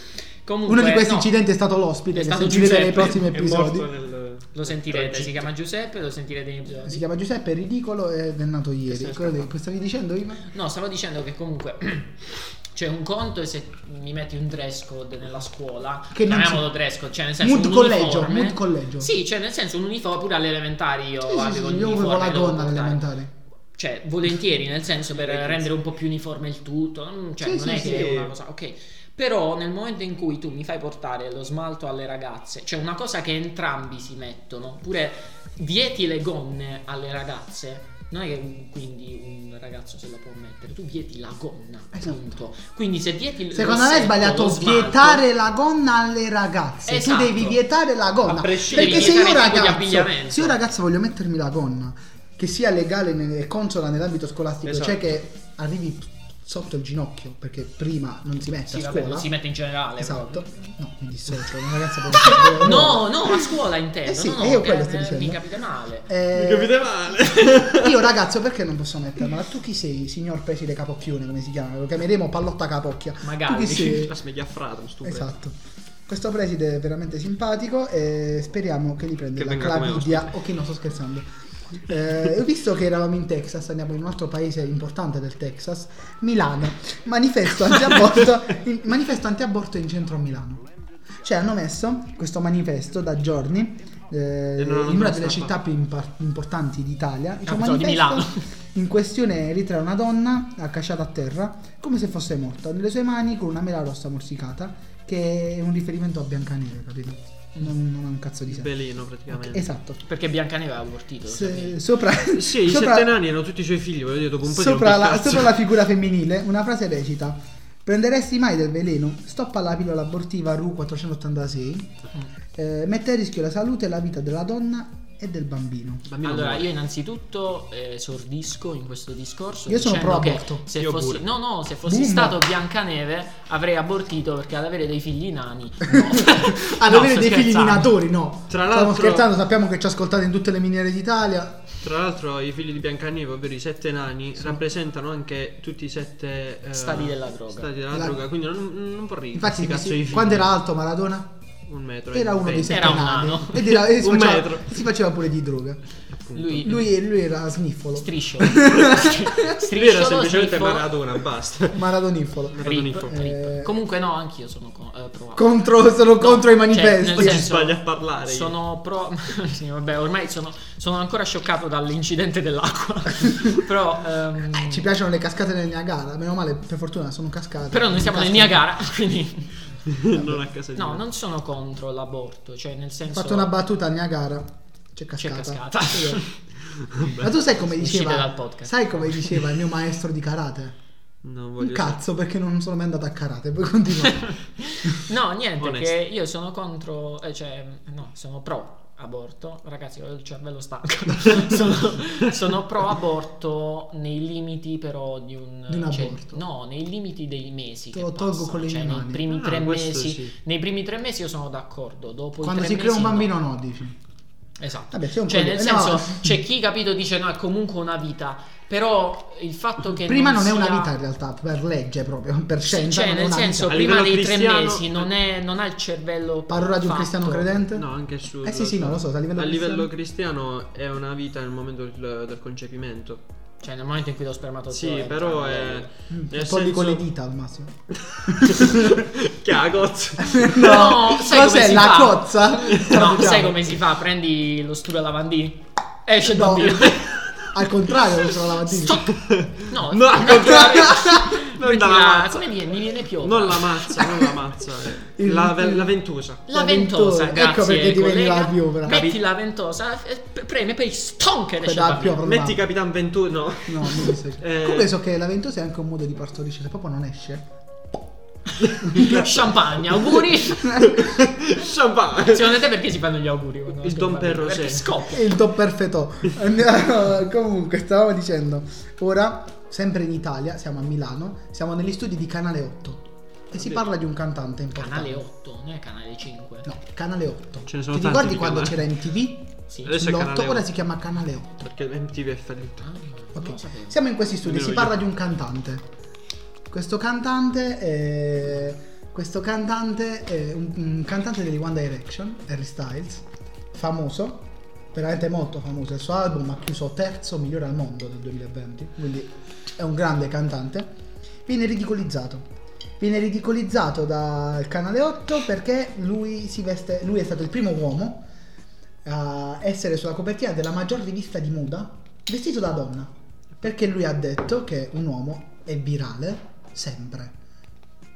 [SPEAKER 1] Comunque,
[SPEAKER 2] Uno di questi
[SPEAKER 1] no,
[SPEAKER 2] incidenti è stato l'ospite.
[SPEAKER 1] È
[SPEAKER 2] che
[SPEAKER 1] stato
[SPEAKER 2] sentirete nei
[SPEAKER 1] Giuseppe.
[SPEAKER 2] prossimi
[SPEAKER 3] È
[SPEAKER 2] episodi.
[SPEAKER 3] morto nel...
[SPEAKER 1] Lo sentirete, si chiama Giuseppe, lo sentirete in episodi.
[SPEAKER 2] Si chiama Giuseppe, è ridicolo ed è nato ieri.
[SPEAKER 1] Questo è
[SPEAKER 2] Quello che stavi dicendo Ivan?
[SPEAKER 1] No, stavo dicendo che comunque c'è un conto e se mi metti un dress code nella scuola,
[SPEAKER 2] Che non
[SPEAKER 1] chiamiamolo
[SPEAKER 2] si-
[SPEAKER 1] dress code, cioè nel senso
[SPEAKER 2] Mood
[SPEAKER 1] un
[SPEAKER 2] collegio,
[SPEAKER 1] uniforme.
[SPEAKER 2] mood collegio.
[SPEAKER 1] Sì, cioè nel senso un uniforme pure alle elementari io
[SPEAKER 2] Sì, sì,
[SPEAKER 1] avevo
[SPEAKER 2] sì,
[SPEAKER 1] un uniforme,
[SPEAKER 2] io avevo la
[SPEAKER 1] dovevo
[SPEAKER 2] gonna
[SPEAKER 1] portare.
[SPEAKER 2] all'elementare.
[SPEAKER 1] Cioè, volentieri, nel senso per rendere un po' più uniforme il tutto, mm, cioè
[SPEAKER 2] Sì,
[SPEAKER 1] non
[SPEAKER 2] sì,
[SPEAKER 1] è
[SPEAKER 2] sì.
[SPEAKER 1] che è una cosa, ok. Però nel momento in cui tu mi fai portare lo smalto alle ragazze, cioè una cosa che entrambi si mettono, pure vieti le gonne alle ragazze, Non è che un- quindi un ragazzo se la può mettere, tu vieti la gonna.
[SPEAKER 2] Esatto.
[SPEAKER 1] Punto. Quindi se vieti il
[SPEAKER 2] Secondo me è
[SPEAKER 1] rossetto,
[SPEAKER 2] sbagliato
[SPEAKER 1] lo smalto-
[SPEAKER 2] vietare la gonna alle ragazze.
[SPEAKER 1] Esatto.
[SPEAKER 2] Tu devi vietare la gonna.
[SPEAKER 1] A prescindere,
[SPEAKER 2] Perché se
[SPEAKER 1] devi
[SPEAKER 2] io,
[SPEAKER 1] vietare tipo di
[SPEAKER 2] ragazzo,
[SPEAKER 1] abbigliamento.
[SPEAKER 2] se io ragazzo voglio mettermi la gonna, che sia legale nel- e consona nell'ambito scolastico,
[SPEAKER 3] Esatto.
[SPEAKER 2] cioè che arrivi sotto il ginocchio, perché prima non si mette
[SPEAKER 1] Sì,
[SPEAKER 2] a
[SPEAKER 1] vabbè,
[SPEAKER 2] scuola.
[SPEAKER 1] non si mette in generale.
[SPEAKER 2] Esatto.
[SPEAKER 1] proprio.
[SPEAKER 2] No, mi dissocio, una ragazza può mettere la gonna.
[SPEAKER 1] No, no, a scuola intendo.
[SPEAKER 2] Eh sì,
[SPEAKER 1] no, no,
[SPEAKER 2] e io
[SPEAKER 1] che-
[SPEAKER 2] quello sto
[SPEAKER 1] eh,
[SPEAKER 2] dicendo.
[SPEAKER 1] Mi capite male.
[SPEAKER 2] Eh,
[SPEAKER 3] Mi capite male.
[SPEAKER 2] Io ragazzo perché non posso mettermela? Tu chi sei, signor preside capocchione, come si chiama? Lo chiameremo pallotta capocchia. Tu
[SPEAKER 1] Magari.
[SPEAKER 2] chi sei?
[SPEAKER 3] La smeglia frata, sto stupendo.
[SPEAKER 2] Esatto. Questo preside è veramente simpatico e speriamo che gli prenda
[SPEAKER 3] Che
[SPEAKER 2] la
[SPEAKER 3] venga come
[SPEAKER 2] clavidia. Ok, no, sto scherzando. Eh, visto che eravamo in Texas, andiamo in un altro paese importante del Texas, Milano. Manifesto antiaborto in, manifesto antiaborto in centro a Milano. Cioè, hanno messo questo manifesto da giorni eh,
[SPEAKER 3] E non hanno
[SPEAKER 2] in una delle
[SPEAKER 3] interessato.
[SPEAKER 2] città più impar- importanti d'Italia. Dice,
[SPEAKER 1] Ah, pensavo di
[SPEAKER 2] "Manifesto
[SPEAKER 1] Milano."
[SPEAKER 2] In questione ritrae una donna accasciata a terra come se fosse morta, nelle sue mani con una mela rossa morsicata, che è un riferimento a Biancaneve, capito? Non, non ha un cazzo di
[SPEAKER 3] Il
[SPEAKER 2] senso.
[SPEAKER 3] veleno praticamente.
[SPEAKER 2] Esatto.
[SPEAKER 1] Perché Biancaneve aveva abortito. lo sapevi?
[SPEAKER 2] Se- sopra
[SPEAKER 3] Sì, i
[SPEAKER 2] sopra-
[SPEAKER 3] settenani erano tutti i suoi figli, voglio dire, dopo un po'
[SPEAKER 2] sopra
[SPEAKER 3] di
[SPEAKER 2] la, sopra la figura femminile, una frase recita: Prenderesti mai del veleno? Stoppa la pillola abortiva RU 486.
[SPEAKER 3] Mm,
[SPEAKER 2] eh, mette a rischio la salute e la vita della donna e del bambino.
[SPEAKER 1] Allora, io innanzitutto eh, sordisco in questo discorso.
[SPEAKER 2] Io sono
[SPEAKER 1] dicendo
[SPEAKER 2] pro
[SPEAKER 1] che
[SPEAKER 2] aborto.
[SPEAKER 1] Se
[SPEAKER 3] Io
[SPEAKER 1] fossi,
[SPEAKER 3] pure.
[SPEAKER 1] no, no, se fossi
[SPEAKER 2] Boom.
[SPEAKER 1] stato Biancaneve avrei abortito perché ad avere dei figli nani. No.
[SPEAKER 2] Ad
[SPEAKER 1] No,
[SPEAKER 2] Ah, avere
[SPEAKER 1] sto
[SPEAKER 2] dei figli
[SPEAKER 1] scherzando.
[SPEAKER 2] minatori, no.
[SPEAKER 3] Tra
[SPEAKER 2] Stiamo
[SPEAKER 3] l'altro-
[SPEAKER 2] scherzando, sappiamo che ci ascoltate in tutte le miniere d'Italia.
[SPEAKER 3] Tra l'altro i figli di Biancaneve, ovvero i sette nani, rappresentano anche tutti i sette eh,
[SPEAKER 1] Stadi della droga.
[SPEAKER 3] stadi della
[SPEAKER 2] La-
[SPEAKER 3] droga, quindi non, non vorrei
[SPEAKER 2] Infatti,
[SPEAKER 3] sti cazzo di figli.
[SPEAKER 2] quando era alto Maradona,
[SPEAKER 3] un metro
[SPEAKER 2] era
[SPEAKER 3] e
[SPEAKER 2] uno dei
[SPEAKER 3] venti.
[SPEAKER 2] sette
[SPEAKER 1] Era un
[SPEAKER 2] nani.
[SPEAKER 1] nano.
[SPEAKER 2] Ed era- e si,
[SPEAKER 3] Un
[SPEAKER 2] faceva,
[SPEAKER 3] metro.
[SPEAKER 2] si faceva pure di droga.
[SPEAKER 1] Lui,
[SPEAKER 2] Lui, lui era sniffolo,
[SPEAKER 1] strisciolo.
[SPEAKER 3] Lui era
[SPEAKER 1] strisciolo
[SPEAKER 3] semplicemente
[SPEAKER 1] sniffolo,
[SPEAKER 3] Maradona, basta.
[SPEAKER 2] maradonifolo.
[SPEAKER 1] rip,
[SPEAKER 3] Maradonifo.
[SPEAKER 1] rip.
[SPEAKER 2] Eh.
[SPEAKER 1] Comunque no, anch'io sono co- eh, pro.
[SPEAKER 2] Contro, sono contro i manifesti.
[SPEAKER 1] cioè, nel
[SPEAKER 3] Oggi
[SPEAKER 1] senso-
[SPEAKER 3] sbaglia a parlare.
[SPEAKER 1] Sono pro. sì, vabbè, ormai sono, sono ancora scioccato dall'incidente dell'acqua. però, ehm,
[SPEAKER 2] Eh, Ci piacciono le cascate del Niagara. Meno male, per fortuna sono cascate.
[SPEAKER 1] però noi siamo nel
[SPEAKER 2] Cascate.
[SPEAKER 1] Niagara, quindi.
[SPEAKER 3] io. non a casa di
[SPEAKER 1] No,
[SPEAKER 3] me.
[SPEAKER 1] non sono contro l'aborto, cioè nel
[SPEAKER 2] Ho
[SPEAKER 1] senso
[SPEAKER 2] fatto una battuta a Niagara. C'è
[SPEAKER 1] c'è
[SPEAKER 2] cascata.
[SPEAKER 1] cascata.
[SPEAKER 2] Ma tu sai come
[SPEAKER 1] Uscite
[SPEAKER 2] diceva?
[SPEAKER 1] dal podcast.
[SPEAKER 2] Sai come diceva il mio maestro di karate?
[SPEAKER 3] Non voglio
[SPEAKER 2] Un cazzo perché non sono mai andato a karate. Poi continuare.
[SPEAKER 1] no, niente,
[SPEAKER 3] Onesto.
[SPEAKER 1] che io sono contro, eh, cioè no, sono pro aborto. Ragazzi, ho il cervello stanco. sono, sono pro aborto nei limiti però di un
[SPEAKER 2] Di un
[SPEAKER 1] cioè,
[SPEAKER 2] aborto.
[SPEAKER 1] no, nei limiti dei mesi
[SPEAKER 2] Te
[SPEAKER 1] che
[SPEAKER 2] lo tolgo
[SPEAKER 1] passano,
[SPEAKER 2] con le
[SPEAKER 1] cioè nei
[SPEAKER 2] mani.
[SPEAKER 1] primi
[SPEAKER 3] Ah,
[SPEAKER 1] tre
[SPEAKER 3] questo
[SPEAKER 1] mesi.
[SPEAKER 3] sì.
[SPEAKER 1] Nei primi tre mesi io sono d'accordo, dopo i
[SPEAKER 2] Quando
[SPEAKER 1] tre
[SPEAKER 2] si crea un
[SPEAKER 1] mesi no.
[SPEAKER 2] bambino, no, dici.
[SPEAKER 1] Esatto.
[SPEAKER 2] Vabbè, c'è un
[SPEAKER 1] Cioè,
[SPEAKER 2] po' di-
[SPEAKER 1] nel
[SPEAKER 2] andiamo
[SPEAKER 1] senso,
[SPEAKER 2] avanti.
[SPEAKER 1] c'è chi capito dice no, è comunque una vita. Però il fatto che.
[SPEAKER 2] Prima non, è
[SPEAKER 1] sia-
[SPEAKER 2] una vita in realtà, per legge proprio, per
[SPEAKER 1] Sì,
[SPEAKER 2] scienza.
[SPEAKER 1] cioè,
[SPEAKER 2] non è
[SPEAKER 1] nel
[SPEAKER 2] una
[SPEAKER 1] senso,
[SPEAKER 2] vita.
[SPEAKER 3] A
[SPEAKER 1] prima
[SPEAKER 3] livello
[SPEAKER 1] dei tre
[SPEAKER 3] cristiano-
[SPEAKER 1] mesi non, è- non ha il cervello.
[SPEAKER 2] Parola di un
[SPEAKER 1] fatto.
[SPEAKER 2] cristiano credente?
[SPEAKER 3] No, anche su.
[SPEAKER 2] Eh sì, sì, no, lo so, a livello
[SPEAKER 3] a
[SPEAKER 2] cristiano-
[SPEAKER 3] livello cristiano è una vita nel momento del, del concepimento.
[SPEAKER 1] Cioè, nel momento in cui lo spermatozoide.
[SPEAKER 3] Sì, però
[SPEAKER 1] entra
[SPEAKER 3] è.
[SPEAKER 1] nel-
[SPEAKER 2] Mm,
[SPEAKER 3] nel
[SPEAKER 2] Un po' di con le
[SPEAKER 3] senso-
[SPEAKER 2] dita al massimo.
[SPEAKER 3] che ha la cozza.
[SPEAKER 1] No, sai come
[SPEAKER 2] cos'è
[SPEAKER 1] si
[SPEAKER 2] la
[SPEAKER 1] fa?
[SPEAKER 2] cozza?
[SPEAKER 1] No, sai
[SPEAKER 2] Diciamo.
[SPEAKER 1] come si fa? Prendi lo strumento lavandì. Esce il
[SPEAKER 2] No.
[SPEAKER 1] bambino.
[SPEAKER 2] Al contrario, lo sono lavatrice.
[SPEAKER 1] No,
[SPEAKER 3] No, al
[SPEAKER 1] metti la-
[SPEAKER 3] contrario.
[SPEAKER 1] metti
[SPEAKER 3] Non
[SPEAKER 1] la-
[SPEAKER 3] la mazza.
[SPEAKER 1] Come viene? Mi viene piovra.
[SPEAKER 3] Non la mazza, non la mazza. eh. La, ve- la ventosa.
[SPEAKER 1] La ventosa,
[SPEAKER 2] Ecco
[SPEAKER 1] grazie.
[SPEAKER 2] perché ti veniva
[SPEAKER 1] collega.
[SPEAKER 2] la piovra.
[SPEAKER 1] Metti
[SPEAKER 3] Capi-
[SPEAKER 1] la ventosa, eh, p- preme poi stonk ed esce
[SPEAKER 2] Quella
[SPEAKER 1] il bambino.
[SPEAKER 2] piovra.
[SPEAKER 3] Metti Capitan Ventosa. No.
[SPEAKER 2] No, non mi sa-
[SPEAKER 3] Eh.
[SPEAKER 2] Comunque so che la ventosa è anche un modo di partorire, se proprio non esce.
[SPEAKER 1] Champagne, auguri.
[SPEAKER 3] Champagne.
[SPEAKER 1] Secondo te perché si fanno gli auguri? quando
[SPEAKER 3] Il
[SPEAKER 1] nasce un
[SPEAKER 3] Don
[SPEAKER 1] bambino?
[SPEAKER 3] Perro,
[SPEAKER 1] Perché
[SPEAKER 3] sì.
[SPEAKER 1] scoppia.
[SPEAKER 2] E Il do perfetto. Andiamo- Comunque, stavamo dicendo, ora, sempre in Italia, siamo a Milano, siamo negli studi di Canale 8 e si
[SPEAKER 3] Sì.
[SPEAKER 2] parla di un cantante importante.
[SPEAKER 1] Canale 8, non è canale 5.
[SPEAKER 2] No, Canale 8.
[SPEAKER 3] Ce ne sono
[SPEAKER 2] Ti
[SPEAKER 3] tanti
[SPEAKER 2] ricordi
[SPEAKER 3] di
[SPEAKER 2] quando c'era
[SPEAKER 3] canali.
[SPEAKER 2] MTV?
[SPEAKER 1] Sì.
[SPEAKER 3] Adesso è Canale
[SPEAKER 2] L'8 ora
[SPEAKER 3] 8.
[SPEAKER 2] si chiama Canale 8.
[SPEAKER 3] Perché MTV è fallito.
[SPEAKER 1] Ah, no,
[SPEAKER 2] Ok,
[SPEAKER 1] non lo sapevo.
[SPEAKER 2] siamo in questi studi,
[SPEAKER 3] Nemmeno
[SPEAKER 2] si
[SPEAKER 3] io.
[SPEAKER 2] parla di un cantante. Questo cantante è... Questo cantante è un, un cantante degli One Direction, Harry Styles, famoso, veramente molto famoso. Il suo album ha chiuso terzo migliore al mondo del 2020, quindi è un grande cantante. Viene ridicolizzato. Viene ridicolizzato dal canale 8 perché lui si veste. Lui è stato il primo uomo a eh, essere sulla copertina della maggior rivista di moda vestito da donna. Perché lui ha detto che un uomo è virale sempre.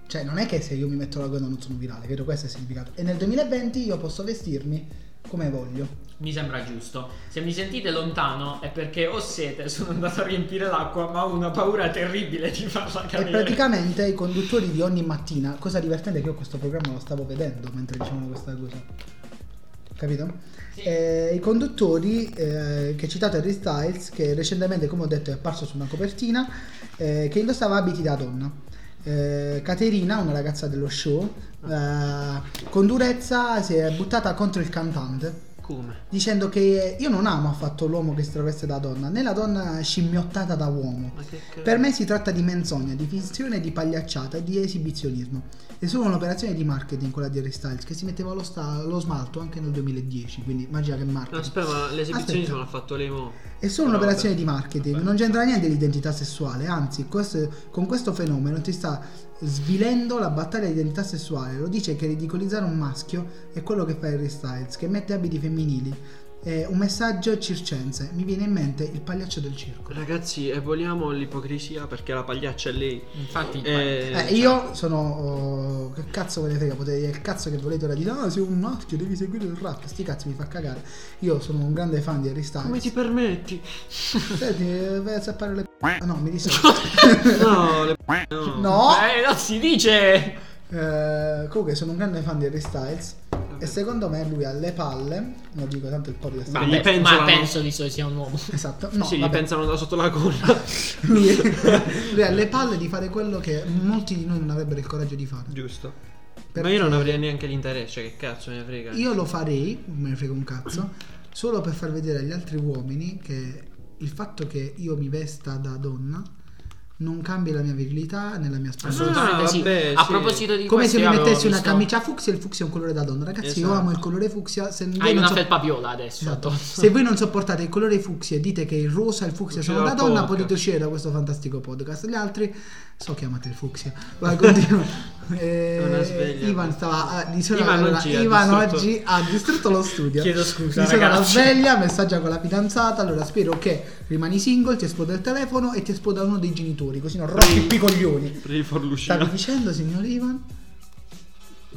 [SPEAKER 2] Cioè, non è che se io mi metto la gonna non sono virale, credo questo è il significato. E nel 2020 io posso vestirmi come voglio.
[SPEAKER 1] Mi sembra giusto. Se mi sentite lontano è perché ho sete, sono andato a riempire l'acqua, ma ho una paura terribile di farla
[SPEAKER 2] E
[SPEAKER 1] cadere.
[SPEAKER 2] praticamente i conduttori di ogni mattina, cosa divertente è che io questo programma lo stavo vedendo mentre dicevano questa cosa. Capito?
[SPEAKER 1] Sì.
[SPEAKER 2] Eh, I conduttori eh, che ha citato Harry Styles, che recentemente, come ho detto, è apparso su una copertina, eh, che indossava abiti da donna. Eh, Caterina, una ragazza dello show, eh, con durezza si è buttata contro il cantante
[SPEAKER 3] Come?
[SPEAKER 2] dicendo che io non amo affatto l'uomo che si traveste da donna, né la donna scimmiottata da uomo.
[SPEAKER 3] Ma che cazzo?
[SPEAKER 2] Per me si tratta di menzogna, di finzione, di pagliacciata e di esibizionismo. È solo un'operazione di marketing quella di Harry Styles che si metteva lo, sta- lo smalto anche nel 2010, quindi immagina che marketing.
[SPEAKER 3] Aspetta, ma
[SPEAKER 2] Aspetta.
[SPEAKER 3] l'esibizionismo l'ha fatto lei mo.
[SPEAKER 2] È solo
[SPEAKER 3] No,
[SPEAKER 2] un'operazione
[SPEAKER 3] vabbè.
[SPEAKER 2] di marketing,
[SPEAKER 3] Vabbè.
[SPEAKER 2] non c'entra niente l'identità sessuale, anzi questo- con questo fenomeno ti sta svilendo la battaglia di identità sessuale, lo dice che ridicolizzare un maschio è quello che fa Harry Styles, che mette abiti femminili, è un messaggio circense, mi viene in mente il pagliaccio del circo.
[SPEAKER 3] Ragazzi, evoliamo l'ipocrisia perché la pagliaccia è lei.
[SPEAKER 1] Infatti,
[SPEAKER 3] Eh,
[SPEAKER 2] Eh,
[SPEAKER 3] cioè,
[SPEAKER 2] io sono... oh, che cazzo ve ne frega, potete dire il cazzo che volete ora dite, ah sei un maschio, devi seguire il rap, sti cazzi mi fa cagare. Io sono un grande fan di Harry Styles.
[SPEAKER 3] Come ti permetti?
[SPEAKER 2] Senti, eh, vai a zappare le... Ah, No, mi dispiace.
[SPEAKER 3] No, le no.
[SPEAKER 2] No!
[SPEAKER 1] Eh, non si dice!
[SPEAKER 2] Eh, comunque sono un grande fan di Harry Styles
[SPEAKER 3] Vabbè.
[SPEAKER 2] e secondo me lui ha le palle, non dico tanto il podcast.
[SPEAKER 1] Ma,
[SPEAKER 3] Gli
[SPEAKER 1] pe-
[SPEAKER 3] penso
[SPEAKER 1] ma
[SPEAKER 3] la-
[SPEAKER 1] penso di so sia un uomo.
[SPEAKER 2] Esatto, no,
[SPEAKER 3] sì, gli
[SPEAKER 2] vabbè.
[SPEAKER 3] pensano da sotto la colla.
[SPEAKER 2] lui, lui ha le palle di fare quello che molti di noi non avrebbero il coraggio di fare.
[SPEAKER 3] Giusto.
[SPEAKER 2] Perché
[SPEAKER 3] Ma io non avrei neanche l'interesse, che cazzo ne frega.
[SPEAKER 2] Io lo farei, me ne frega un cazzo, solo per far vedere agli altri uomini che il fatto che io mi vesta da donna non cambia la mia virilità né la mia splendore.
[SPEAKER 1] Assolutamente
[SPEAKER 3] Ah,
[SPEAKER 1] sì.
[SPEAKER 3] vabbè,
[SPEAKER 1] A
[SPEAKER 3] sì.
[SPEAKER 1] proposito di
[SPEAKER 2] Come
[SPEAKER 1] questo,
[SPEAKER 2] se mi
[SPEAKER 1] io avevo
[SPEAKER 2] mettessi una
[SPEAKER 1] visto-
[SPEAKER 2] camicia fucsia, il fucsia è un colore da donna. Ragazzi, io
[SPEAKER 3] Esatto.
[SPEAKER 2] amo il colore fucsia. Se voi
[SPEAKER 1] Hai
[SPEAKER 2] non
[SPEAKER 1] una
[SPEAKER 2] so-
[SPEAKER 1] felpa viola adesso.
[SPEAKER 2] Esatto.
[SPEAKER 1] addosso.
[SPEAKER 2] Se voi non sopportate il colore fucsia e dite che il rosa e il fucsia
[SPEAKER 3] Uscite
[SPEAKER 2] sono da
[SPEAKER 3] dal
[SPEAKER 2] donna,
[SPEAKER 3] podcast.
[SPEAKER 2] potete uscire da questo fantastico podcast. Gli altri, so chiamate il fucsia. Vai, continua. Eh,
[SPEAKER 3] Una sveglia.
[SPEAKER 2] Ivan stava ah, di solito-
[SPEAKER 3] Ivan
[SPEAKER 2] allora,
[SPEAKER 3] oggi ha
[SPEAKER 2] Ivan
[SPEAKER 3] distrutto-
[SPEAKER 2] oggi ha distrutto lo studio.
[SPEAKER 1] Chiedo scusa,
[SPEAKER 2] Di solito la
[SPEAKER 1] ragazzi.
[SPEAKER 2] sveglia, messaggia con la fidanzata. Allora spero che rimani single, ti esploda il telefono e ti esploda uno dei genitori, così non rompi i coglioni.
[SPEAKER 3] Previ for
[SPEAKER 2] Stavi
[SPEAKER 3] Lucina.
[SPEAKER 2] dicendo, signor Ivan?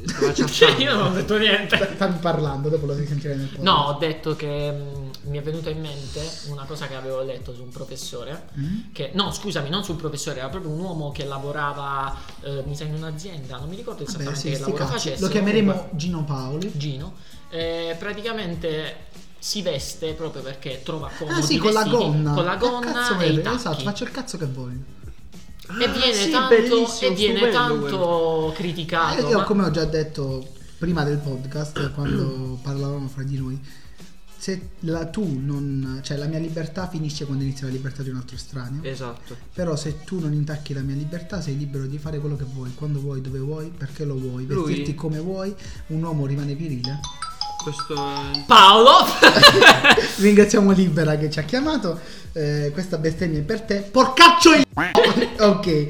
[SPEAKER 3] Stava
[SPEAKER 1] Cioè,
[SPEAKER 3] chattandola.
[SPEAKER 1] io non ho detto niente.
[SPEAKER 2] Stavi parlando, dopo lo si sentirà nel podcast.
[SPEAKER 1] No, ho detto che mm, mi è venuta in mente una cosa che avevo letto su un professore.
[SPEAKER 2] Mm?
[SPEAKER 1] Che, no, scusami, non su un professore, era proprio un uomo che lavorava, eh, mi sa, in un'azienda, non mi ricordo
[SPEAKER 2] Vabbè,
[SPEAKER 1] esattamente
[SPEAKER 2] sì,
[SPEAKER 1] che
[SPEAKER 2] sti
[SPEAKER 1] lavoro
[SPEAKER 2] cazzi.
[SPEAKER 1] facesse.
[SPEAKER 2] Lo chiameremo
[SPEAKER 1] comunque-
[SPEAKER 2] Gino Paoli.
[SPEAKER 1] Gino. Eh, praticamente si veste proprio perché trova comodi
[SPEAKER 2] Ah sì, con la
[SPEAKER 1] vestiti,
[SPEAKER 2] gonna.
[SPEAKER 1] Con la
[SPEAKER 2] Che
[SPEAKER 1] gonna
[SPEAKER 2] cazzo
[SPEAKER 1] e i
[SPEAKER 2] vuoi?
[SPEAKER 1] tacchi.
[SPEAKER 2] Esatto, faccio il cazzo che voglio.
[SPEAKER 1] e
[SPEAKER 3] Ah,
[SPEAKER 1] viene
[SPEAKER 3] sì,
[SPEAKER 1] tanto,
[SPEAKER 3] bellissimo,
[SPEAKER 1] e viene
[SPEAKER 3] stupendo
[SPEAKER 1] tanto
[SPEAKER 2] Eh,
[SPEAKER 1] criticato.
[SPEAKER 2] io
[SPEAKER 1] ma-
[SPEAKER 2] come ho già detto prima del podcast, quando parlavamo fra di noi, se la, tu non... cioè la mia libertà finisce quando inizia la libertà di un altro estraneo.
[SPEAKER 1] Eh.
[SPEAKER 3] Esatto.
[SPEAKER 2] Però se tu non intacchi la mia libertà sei libero di fare quello che vuoi, quando vuoi, dove vuoi, perché lo vuoi,
[SPEAKER 3] Lui-
[SPEAKER 2] vestirti come vuoi, un uomo rimane virile.
[SPEAKER 3] Questo è...
[SPEAKER 1] Paolo!
[SPEAKER 2] Ringraziamo Libera che ci ha chiamato. eh, questa bestemmia è per te. Porcaccio il... ok.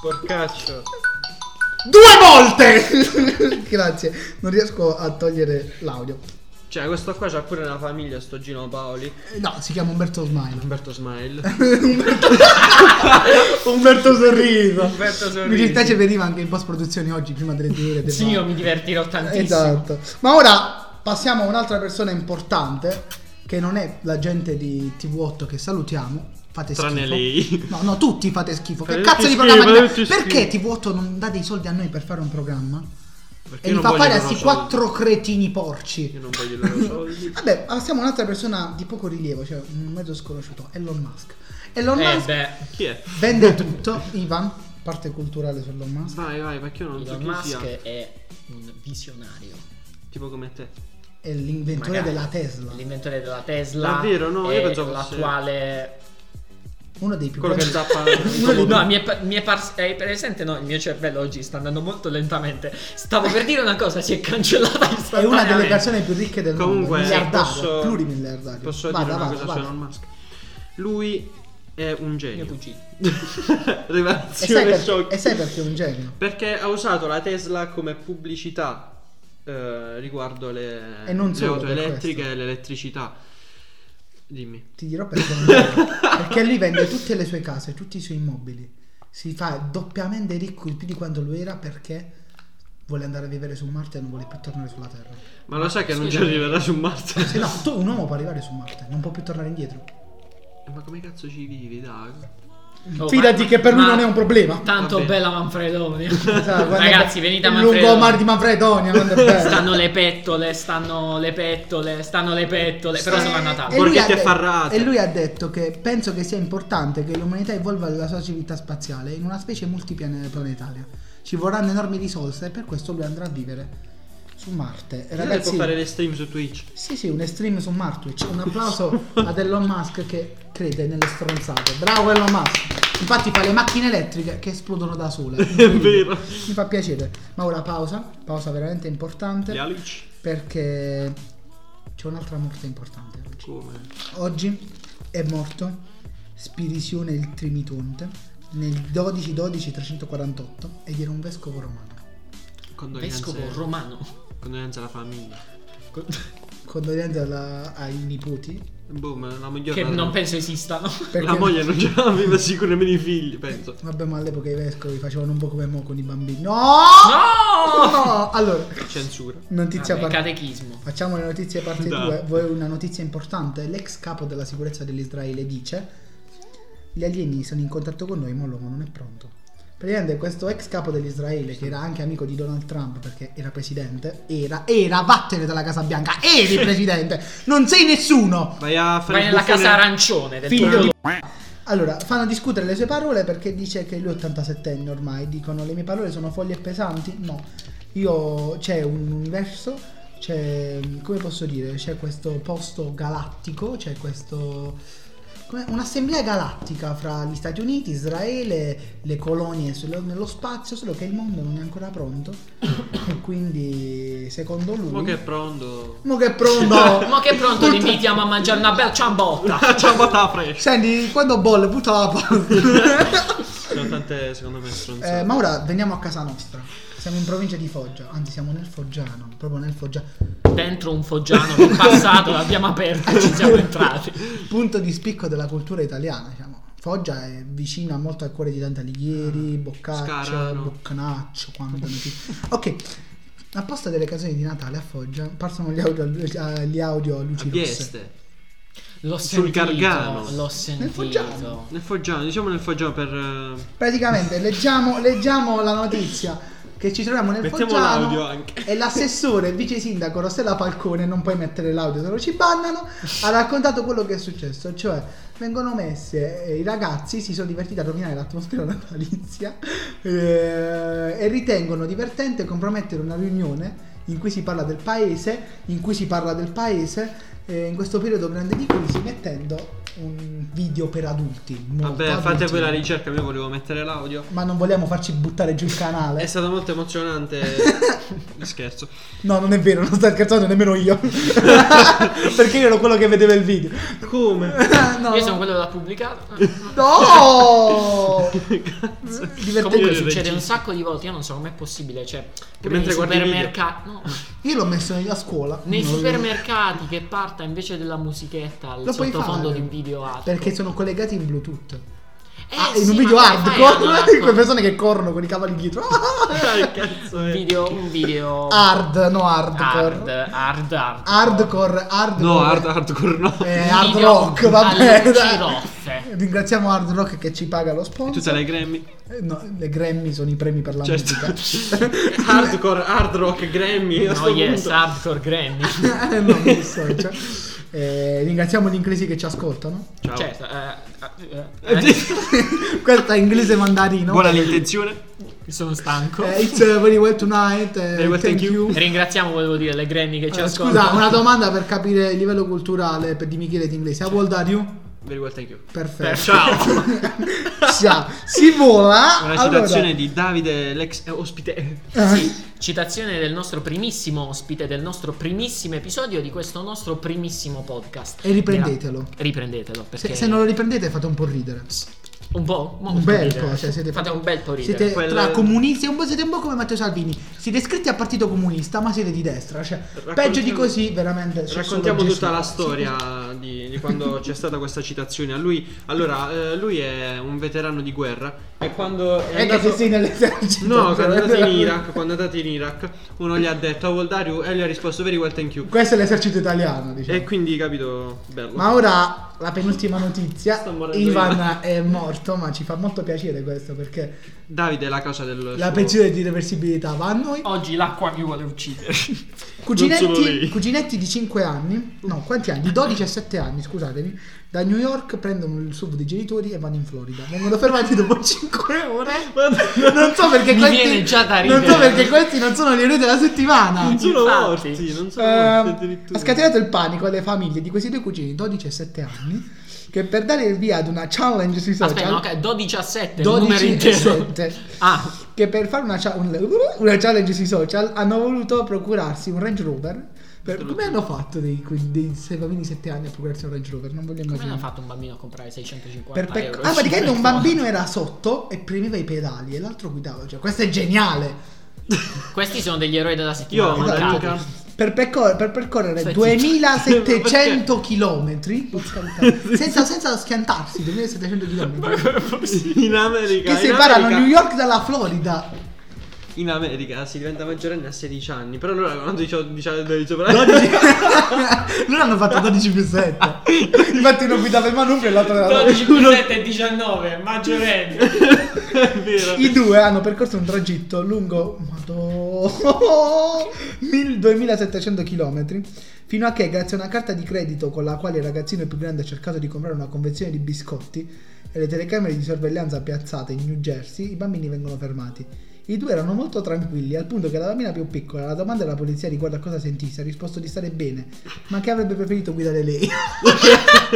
[SPEAKER 3] Porcaccio.
[SPEAKER 2] Due volte! Grazie, non riesco a togliere l'audio.
[SPEAKER 3] Cioè, questo qua c'ha pure una famiglia, sto Gino Paoli.
[SPEAKER 2] Eh, No, si chiama Umberto Smile.
[SPEAKER 3] Umberto Smile.
[SPEAKER 2] Umberto Sorriso.
[SPEAKER 3] Umberto Sorriso.
[SPEAKER 2] Mi dispiace veniva anche in post produzione oggi prima delle due ore.
[SPEAKER 1] sì, io mi divertirò tantissimo.
[SPEAKER 2] Esatto. Ma ora passiamo a un'altra persona importante che non è la gente di TV8 che salutiamo. Fate
[SPEAKER 3] Tranne
[SPEAKER 2] schifo.
[SPEAKER 3] lei.
[SPEAKER 2] No, no, tutti fate schifo. Che
[SPEAKER 3] Fate
[SPEAKER 2] cazzo di
[SPEAKER 3] schifo,
[SPEAKER 2] programma?
[SPEAKER 3] fate schifo.
[SPEAKER 2] Perché TV8 non dà dei soldi a noi per fare un programma?
[SPEAKER 3] Perché
[SPEAKER 2] E
[SPEAKER 3] io
[SPEAKER 2] li
[SPEAKER 3] non
[SPEAKER 2] fa
[SPEAKER 3] voglio
[SPEAKER 2] fare a
[SPEAKER 3] i loro
[SPEAKER 2] sti
[SPEAKER 3] soldi.
[SPEAKER 2] quattro cretini porci.
[SPEAKER 3] Io non voglio i loro soldi.
[SPEAKER 2] Vabbè, passiamo a un'altra persona di poco rilievo, cioè un mezzo sconosciuto, Elon Musk. Elon
[SPEAKER 1] Eh
[SPEAKER 2] Musk
[SPEAKER 1] beh,
[SPEAKER 3] Chi è?
[SPEAKER 2] vende tutto, Ivan, parte culturale su Elon Musk,
[SPEAKER 3] Vai, vai, perché io non so
[SPEAKER 1] Elon
[SPEAKER 3] chi
[SPEAKER 1] Musk
[SPEAKER 3] sia.
[SPEAKER 1] è un visionario.
[SPEAKER 3] Tipo come te.
[SPEAKER 2] è l'inventore
[SPEAKER 1] Magari.
[SPEAKER 2] della Tesla,
[SPEAKER 1] L'inventore della Tesla.
[SPEAKER 3] Davvero? No, io
[SPEAKER 1] è
[SPEAKER 3] pensavo fosse-
[SPEAKER 1] l'attuale.
[SPEAKER 2] uno dei più
[SPEAKER 3] Quello che
[SPEAKER 2] grandi...
[SPEAKER 3] zappa.
[SPEAKER 1] Uno dei- No, mi è, pa- mi è par- è presente. No, il mio cervello oggi sta andando molto lentamente. Stavo per dire una cosa, si è cancellata
[SPEAKER 2] È una delle
[SPEAKER 1] istantaneamente.
[SPEAKER 2] persone più ricche del
[SPEAKER 3] Comunque,
[SPEAKER 2] mondo, miliardario,
[SPEAKER 3] posso-
[SPEAKER 2] plurimiliardario.
[SPEAKER 3] Posso
[SPEAKER 2] vada,
[SPEAKER 3] dire una
[SPEAKER 2] vada,
[SPEAKER 3] cosa
[SPEAKER 2] vada.
[SPEAKER 3] su Elon Musk? Lui è un
[SPEAKER 1] Mio
[SPEAKER 3] genio.
[SPEAKER 1] cugino.
[SPEAKER 2] E sai,
[SPEAKER 3] Rivelazione
[SPEAKER 2] per-
[SPEAKER 3] shock.
[SPEAKER 2] e sai perché è un genio?
[SPEAKER 3] Perché ha usato la Tesla come pubblicità eh, riguardo le,
[SPEAKER 2] E non
[SPEAKER 3] le
[SPEAKER 2] solo
[SPEAKER 3] auto
[SPEAKER 2] per
[SPEAKER 3] elettriche
[SPEAKER 2] questo.
[SPEAKER 3] e l'elettricità. Dimmi.
[SPEAKER 2] Ti dirò perché è un genio. Perché lui vende tutte le sue case, tutti i suoi immobili. Si fa doppiamente ricco più di quanto lui era perché vuole andare a vivere su Marte e non vuole più tornare sulla Terra.
[SPEAKER 3] Ma lo sai che non ci
[SPEAKER 1] Scusami.
[SPEAKER 3] arriverà su Marte?
[SPEAKER 2] Se no, tu un uomo può arrivare su Marte, non può più tornare indietro.
[SPEAKER 3] Eh, Ma come cazzo ci vivi, dai?
[SPEAKER 1] Oh,
[SPEAKER 2] Fidati
[SPEAKER 1] ma-
[SPEAKER 2] che per lui
[SPEAKER 1] ma-
[SPEAKER 2] non è un problema.
[SPEAKER 1] Tanto
[SPEAKER 3] Vabbè.
[SPEAKER 1] bella Manfredonia.
[SPEAKER 2] Sa, guarda
[SPEAKER 1] Ragazzi,
[SPEAKER 2] il-
[SPEAKER 1] venite a
[SPEAKER 2] il
[SPEAKER 1] Manfredonia.
[SPEAKER 2] lungo mare di Manfredonia, quando è bello.
[SPEAKER 1] Stanno le pettole, stanno le pettole, stanno le pettole. Però sono a Natale.
[SPEAKER 2] Eh, E lui, ha
[SPEAKER 3] Borghetti e
[SPEAKER 2] de-
[SPEAKER 3] Farrate.
[SPEAKER 2] e lui ha detto che penso che sia importante che l'umanità evolva la sua civiltà spaziale in una specie multiplanetaria. Ci vorranno enormi risorse e per questo lui andrà a vivere su Marte. E
[SPEAKER 3] Ragazzi, può
[SPEAKER 2] Ragazzi,
[SPEAKER 3] fare le stream su Twitch.
[SPEAKER 2] sì, sì, un stream su Marte. Un applauso ad Elon Musk che crede nelle stronzate. Bravo Elon Musk. Infatti fa le macchine elettriche che esplodono da sole.
[SPEAKER 3] È vero.
[SPEAKER 2] Mi fa piacere. Ma ora pausa, pausa veramente importante
[SPEAKER 3] Le alici.
[SPEAKER 2] perché c'è un'altra morte importante oggi.
[SPEAKER 3] Come?
[SPEAKER 2] Oggi è morto Spirisione il Trimitonte nel 12-12-348 ed era un vescovo romano.
[SPEAKER 1] Vescovo
[SPEAKER 3] Condoglianze,
[SPEAKER 1] romano.
[SPEAKER 3] condoglianze alla famiglia.
[SPEAKER 2] Condoglianze alla- ai nipoti.
[SPEAKER 3] Boh, ma la moglie
[SPEAKER 1] Che
[SPEAKER 3] la-
[SPEAKER 1] non penso esistano.
[SPEAKER 2] Perché,
[SPEAKER 3] La moglie non ce l'aveva sicuro nemmeno i figli, penso.
[SPEAKER 2] Vabbè, ma all'epoca i vescovi facevano un po' come mo con i bambini. No!
[SPEAKER 1] No!
[SPEAKER 2] No! Allora,
[SPEAKER 3] Censura.
[SPEAKER 2] notizia
[SPEAKER 1] Vabbè,
[SPEAKER 2] par-
[SPEAKER 1] catechismo.
[SPEAKER 2] Facciamo le notizie parte
[SPEAKER 3] Da.
[SPEAKER 2] 2. Vuoi una notizia importante? L'ex capo della sicurezza dell'Israele dice: Gli alieni sono in contatto con noi, ma l'uomo non è pronto. Praticamente questo ex capo dell'Israele, che era anche amico di Donald Trump perché era presidente, era, era, vattene dalla Casa Bianca, eri presidente, non sei nessuno!
[SPEAKER 3] Vai a fare
[SPEAKER 1] Vai
[SPEAKER 3] il
[SPEAKER 1] nella
[SPEAKER 3] buffone-
[SPEAKER 1] casa arancione del
[SPEAKER 2] Figlio
[SPEAKER 1] popolo.
[SPEAKER 2] Allora, fanno discutere le sue parole perché dice che lui è 87enne ormai. Dicono le mie parole sono foglie pesanti? No. Io c'è un universo, c'è. come posso dire? C'è questo posto galattico, c'è questo. come- Un'assemblea galattica fra gli Stati Uniti, Israele, le colonie sullo- nello spazio, solo che il mondo non è ancora pronto. e quindi, secondo lui.
[SPEAKER 3] Mo che è pronto.
[SPEAKER 2] Mo che è pronto!
[SPEAKER 1] Ma che pronto li invitiamo a mangiare una bella ciambotta.
[SPEAKER 3] Ciao patà fresh.
[SPEAKER 2] Senti, quando bolle, butta la palla.
[SPEAKER 3] Sono tante, secondo me, stronzate.
[SPEAKER 2] Eh, ma ora veniamo a casa nostra. Siamo in provincia di Foggia, anzi siamo nel Foggiano, proprio nel Foggiano.
[SPEAKER 1] Dentro un foggiano del passato l'abbiamo aperto e ci siamo entrati.
[SPEAKER 2] Punto di spicco della cultura italiana, diciamo. Foggia è vicina molto al cuore di Dante Alighieri, Boccaccio,
[SPEAKER 3] Ah, Scarano.
[SPEAKER 2] Boccanaccio, quando ne ti- Ok. A posto delle canzoni di Natale a Foggia partono gli audio, a- gli audio a luci rosse.
[SPEAKER 3] A Vieste.
[SPEAKER 1] L'ho
[SPEAKER 3] Sul
[SPEAKER 1] sentito,
[SPEAKER 3] Gargano.
[SPEAKER 1] L'ho
[SPEAKER 2] Foggiano.
[SPEAKER 1] sentito.
[SPEAKER 3] Nel foggiano, diciamo nel foggiano per... eh,
[SPEAKER 2] Praticamente leggiamo, leggiamo la notizia che ci troviamo nel
[SPEAKER 3] Mettiamo
[SPEAKER 2] Foggiano
[SPEAKER 3] l'audio anche.
[SPEAKER 2] e l'assessore e vice sindaco Rossella Falcone, non puoi mettere l'audio se lo ci bannano, ha raccontato quello che è successo, cioè vengono messe eh, i ragazzi si sono divertiti a rovinare l'atmosfera natalizia eh, e ritengono divertente compromettere una riunione in cui si parla del paese, in cui si parla del paese eh, in questo periodo grande di crisi mettendo un video per adulti. molto
[SPEAKER 3] Vabbè, fate
[SPEAKER 2] adulti.
[SPEAKER 3] voi la ricerca, io volevo mettere l'audio.
[SPEAKER 2] Ma non vogliamo farci buttare giù il
[SPEAKER 3] È
[SPEAKER 2] canale.
[SPEAKER 3] stato molto emozionante. Scherzo.
[SPEAKER 2] No, non è vero, non sto scherzando nemmeno io. Perché io ero quello che vedeva il video.
[SPEAKER 3] Come?
[SPEAKER 2] No.
[SPEAKER 1] Io sono quello che l'ha pubblicato.
[SPEAKER 2] No!
[SPEAKER 1] Comunque
[SPEAKER 2] Divertente.
[SPEAKER 3] il
[SPEAKER 1] succede
[SPEAKER 3] regista.
[SPEAKER 1] un sacco di volte, io non so com'è possibile, cioè pure
[SPEAKER 3] mentre
[SPEAKER 1] nei
[SPEAKER 3] guardi i video.
[SPEAKER 1] supermercati, no,
[SPEAKER 2] Io l'ho messo a scuola.
[SPEAKER 1] nei
[SPEAKER 2] Non lo-
[SPEAKER 1] supermercati che parta invece della musichetta al
[SPEAKER 2] Lo puoi
[SPEAKER 1] sottofondo
[SPEAKER 2] fare.
[SPEAKER 1] di un video altro.
[SPEAKER 2] Perché sono collegati in Bluetooth.
[SPEAKER 1] Eh,
[SPEAKER 2] Ah,
[SPEAKER 1] sì,
[SPEAKER 2] in un
[SPEAKER 1] ma
[SPEAKER 2] video
[SPEAKER 1] come fai a non
[SPEAKER 2] hardcore. Quelle
[SPEAKER 1] accorgerti?
[SPEAKER 2] persone che corrono con i cavalli dietro.
[SPEAKER 3] Che cazzo
[SPEAKER 1] un
[SPEAKER 3] è?
[SPEAKER 1] video un video
[SPEAKER 2] hard, no hardcore.
[SPEAKER 1] hard hard hard.
[SPEAKER 2] Hardcore, hardcore.
[SPEAKER 3] No, hard, hardcore no.
[SPEAKER 2] Eh,
[SPEAKER 1] Un
[SPEAKER 2] hard
[SPEAKER 1] video
[SPEAKER 2] rock, vabbè.
[SPEAKER 1] alle
[SPEAKER 2] dai.
[SPEAKER 1] giroffe.
[SPEAKER 2] Ringraziamo Hard Rock che ci paga lo sponsor.
[SPEAKER 3] Tutte le Grammy.
[SPEAKER 2] Eh, No, le Grammy sono i premi per la
[SPEAKER 3] Certo.
[SPEAKER 2] musica.
[SPEAKER 3] hardcore, hard rock, Grammy. a
[SPEAKER 1] No,
[SPEAKER 3] sto
[SPEAKER 1] yes,
[SPEAKER 3] punto.
[SPEAKER 1] hardcore Grammy.
[SPEAKER 2] Eh, no, mi dissocio. Eh, ringraziamo gli inglesi che ci ascoltano.
[SPEAKER 3] Ciao.
[SPEAKER 1] Certo, eh, eh, eh,
[SPEAKER 2] Questa è inglese mandarino.
[SPEAKER 3] Buona l'intenzione.
[SPEAKER 1] sono stanco.
[SPEAKER 2] Eh, it's eh, very well tonight. eh,
[SPEAKER 3] Very well, thank you.
[SPEAKER 1] Ringraziamo, volevo dire, le Granny che ci
[SPEAKER 2] Eh,
[SPEAKER 1] ascoltano.
[SPEAKER 2] scusa, una domanda per capire il livello culturale per- di Michele di inglese. How old are you?
[SPEAKER 3] Very well, thank you.
[SPEAKER 1] Eh,
[SPEAKER 2] Perfetto.
[SPEAKER 1] Ciao.
[SPEAKER 2] Ciao. Si vola.
[SPEAKER 3] Una
[SPEAKER 2] Allora-
[SPEAKER 3] citazione di Davide, l'ex eh, ospite.
[SPEAKER 2] Eh,
[SPEAKER 1] Citazione del nostro primissimo ospite, del nostro primissimo episodio di questo nostro primissimo podcast.
[SPEAKER 2] E riprendetelo.
[SPEAKER 1] Era- Riprendetelo perché
[SPEAKER 2] Se, se non lo riprendete fate un po' ridere.
[SPEAKER 1] un po', mo-
[SPEAKER 2] Un
[SPEAKER 1] po'
[SPEAKER 2] bel
[SPEAKER 1] ridere.
[SPEAKER 2] po', cioè siete
[SPEAKER 1] fate un bel po' ridere.
[SPEAKER 2] Siete
[SPEAKER 3] Quel-
[SPEAKER 2] tra comunisti, un po', siete un po' come Matteo Salvini. Siete iscritti al Partito Comunista, ma siete di destra. Cioè,
[SPEAKER 3] Raccontiamo-
[SPEAKER 2] peggio di così, veramente. c'è solo
[SPEAKER 3] Raccontiamo
[SPEAKER 2] Gesù.
[SPEAKER 3] tutta la storia di, di quando c'è stata questa citazione a lui. Allora, eh, lui è un veterano di guerra e quando è,
[SPEAKER 2] È Eh, che
[SPEAKER 3] andato...
[SPEAKER 2] se sei nell'esercito. cioè,
[SPEAKER 3] No, quando è andato in
[SPEAKER 2] veramente-
[SPEAKER 3] Iraq, quando è andato in Iraq, uno gli ha detto I will dare you", e lui ha risposto very well thank you.
[SPEAKER 2] Questo è l'esercito italiano, diciamo.
[SPEAKER 3] E quindi capito, bello.
[SPEAKER 2] Ma ora la penultima notizia,
[SPEAKER 3] Sto morendo
[SPEAKER 2] Ivan è morto, ma ci fa molto piacere questo perché
[SPEAKER 3] Davide è la causa del
[SPEAKER 2] la
[SPEAKER 3] suo-
[SPEAKER 2] pensione di reversibilità va a noi.
[SPEAKER 1] Oggi l'acqua mi vuole uccidere.
[SPEAKER 3] Non solo
[SPEAKER 2] Cuginetti,
[SPEAKER 3] lei.
[SPEAKER 2] cuginetti di 5 anni, no, quanti anni? Di 12 a 7 anni, scusatemi, da New York prendono il sub dei genitori e vanno in Florida. Vengono fermati dopo 5 ore. Non so perché
[SPEAKER 1] Mi
[SPEAKER 2] questi
[SPEAKER 1] viene già da
[SPEAKER 2] Non so
[SPEAKER 1] ridere.
[SPEAKER 2] perché questi non sono le ore della settimana.
[SPEAKER 3] Non sono
[SPEAKER 1] Infatti.
[SPEAKER 3] morti, non sono morti
[SPEAKER 2] Ehm,
[SPEAKER 3] addirittura.
[SPEAKER 2] ha scatenato il panico alle famiglie di questi due cugini, 12 e 7 anni, che per dare il via ad una challenge sui social,
[SPEAKER 1] Aspetta, no, ok, 12 a 7, 12
[SPEAKER 2] 12
[SPEAKER 1] numero
[SPEAKER 2] Cioè, e
[SPEAKER 1] intero.
[SPEAKER 2] 7,
[SPEAKER 1] Ah,
[SPEAKER 2] che per fare una, cha- un- una challenge sui social hanno voluto procurarsi un Range Rover. Per, come hanno fatto dei, quei- dei sei bambini di 7 anni a procurarsi un Range Rover? Non voglio
[SPEAKER 1] come l'ha
[SPEAKER 2] immaginare.
[SPEAKER 1] fatto un bambino a comprare 650
[SPEAKER 2] Per pecc-
[SPEAKER 1] euro?
[SPEAKER 2] ah, praticamente un bambino era sotto e premeva i pedali e l'altro guidava. Cioè, questo è geniale.
[SPEAKER 1] Questi sono degli eroi della
[SPEAKER 3] Io
[SPEAKER 1] settimana.
[SPEAKER 3] ho
[SPEAKER 2] Esatto.
[SPEAKER 3] un'amica
[SPEAKER 2] Per, percor- per percorrere
[SPEAKER 1] Stai zitto.
[SPEAKER 2] 2700 km senza, senza schiantarsi 2700 km
[SPEAKER 3] in America
[SPEAKER 2] che
[SPEAKER 3] in
[SPEAKER 2] separano
[SPEAKER 3] America-
[SPEAKER 2] New York dalla Florida
[SPEAKER 3] In America si diventa maggiorenne a 16 anni, però loro avevano 18, 18, 18,
[SPEAKER 2] loro hanno fatto 12 più 7 infatti uno guidava in manubrio e l'altro era
[SPEAKER 1] 12 più 7 è 19, maggiorenne.
[SPEAKER 3] è vero.
[SPEAKER 2] i due hanno percorso un tragitto lungo madò, 2700 km fino a che grazie a una carta di credito con la quale il ragazzino più grande ha cercato di comprare una confezione di biscotti e le telecamere di sorveglianza piazzate in New Jersey i bambini vengono fermati i due erano molto tranquilli al punto che la bambina più piccola alla domanda della polizia riguardo a cosa sentisse ha risposto di stare bene ma che avrebbe preferito guidare lei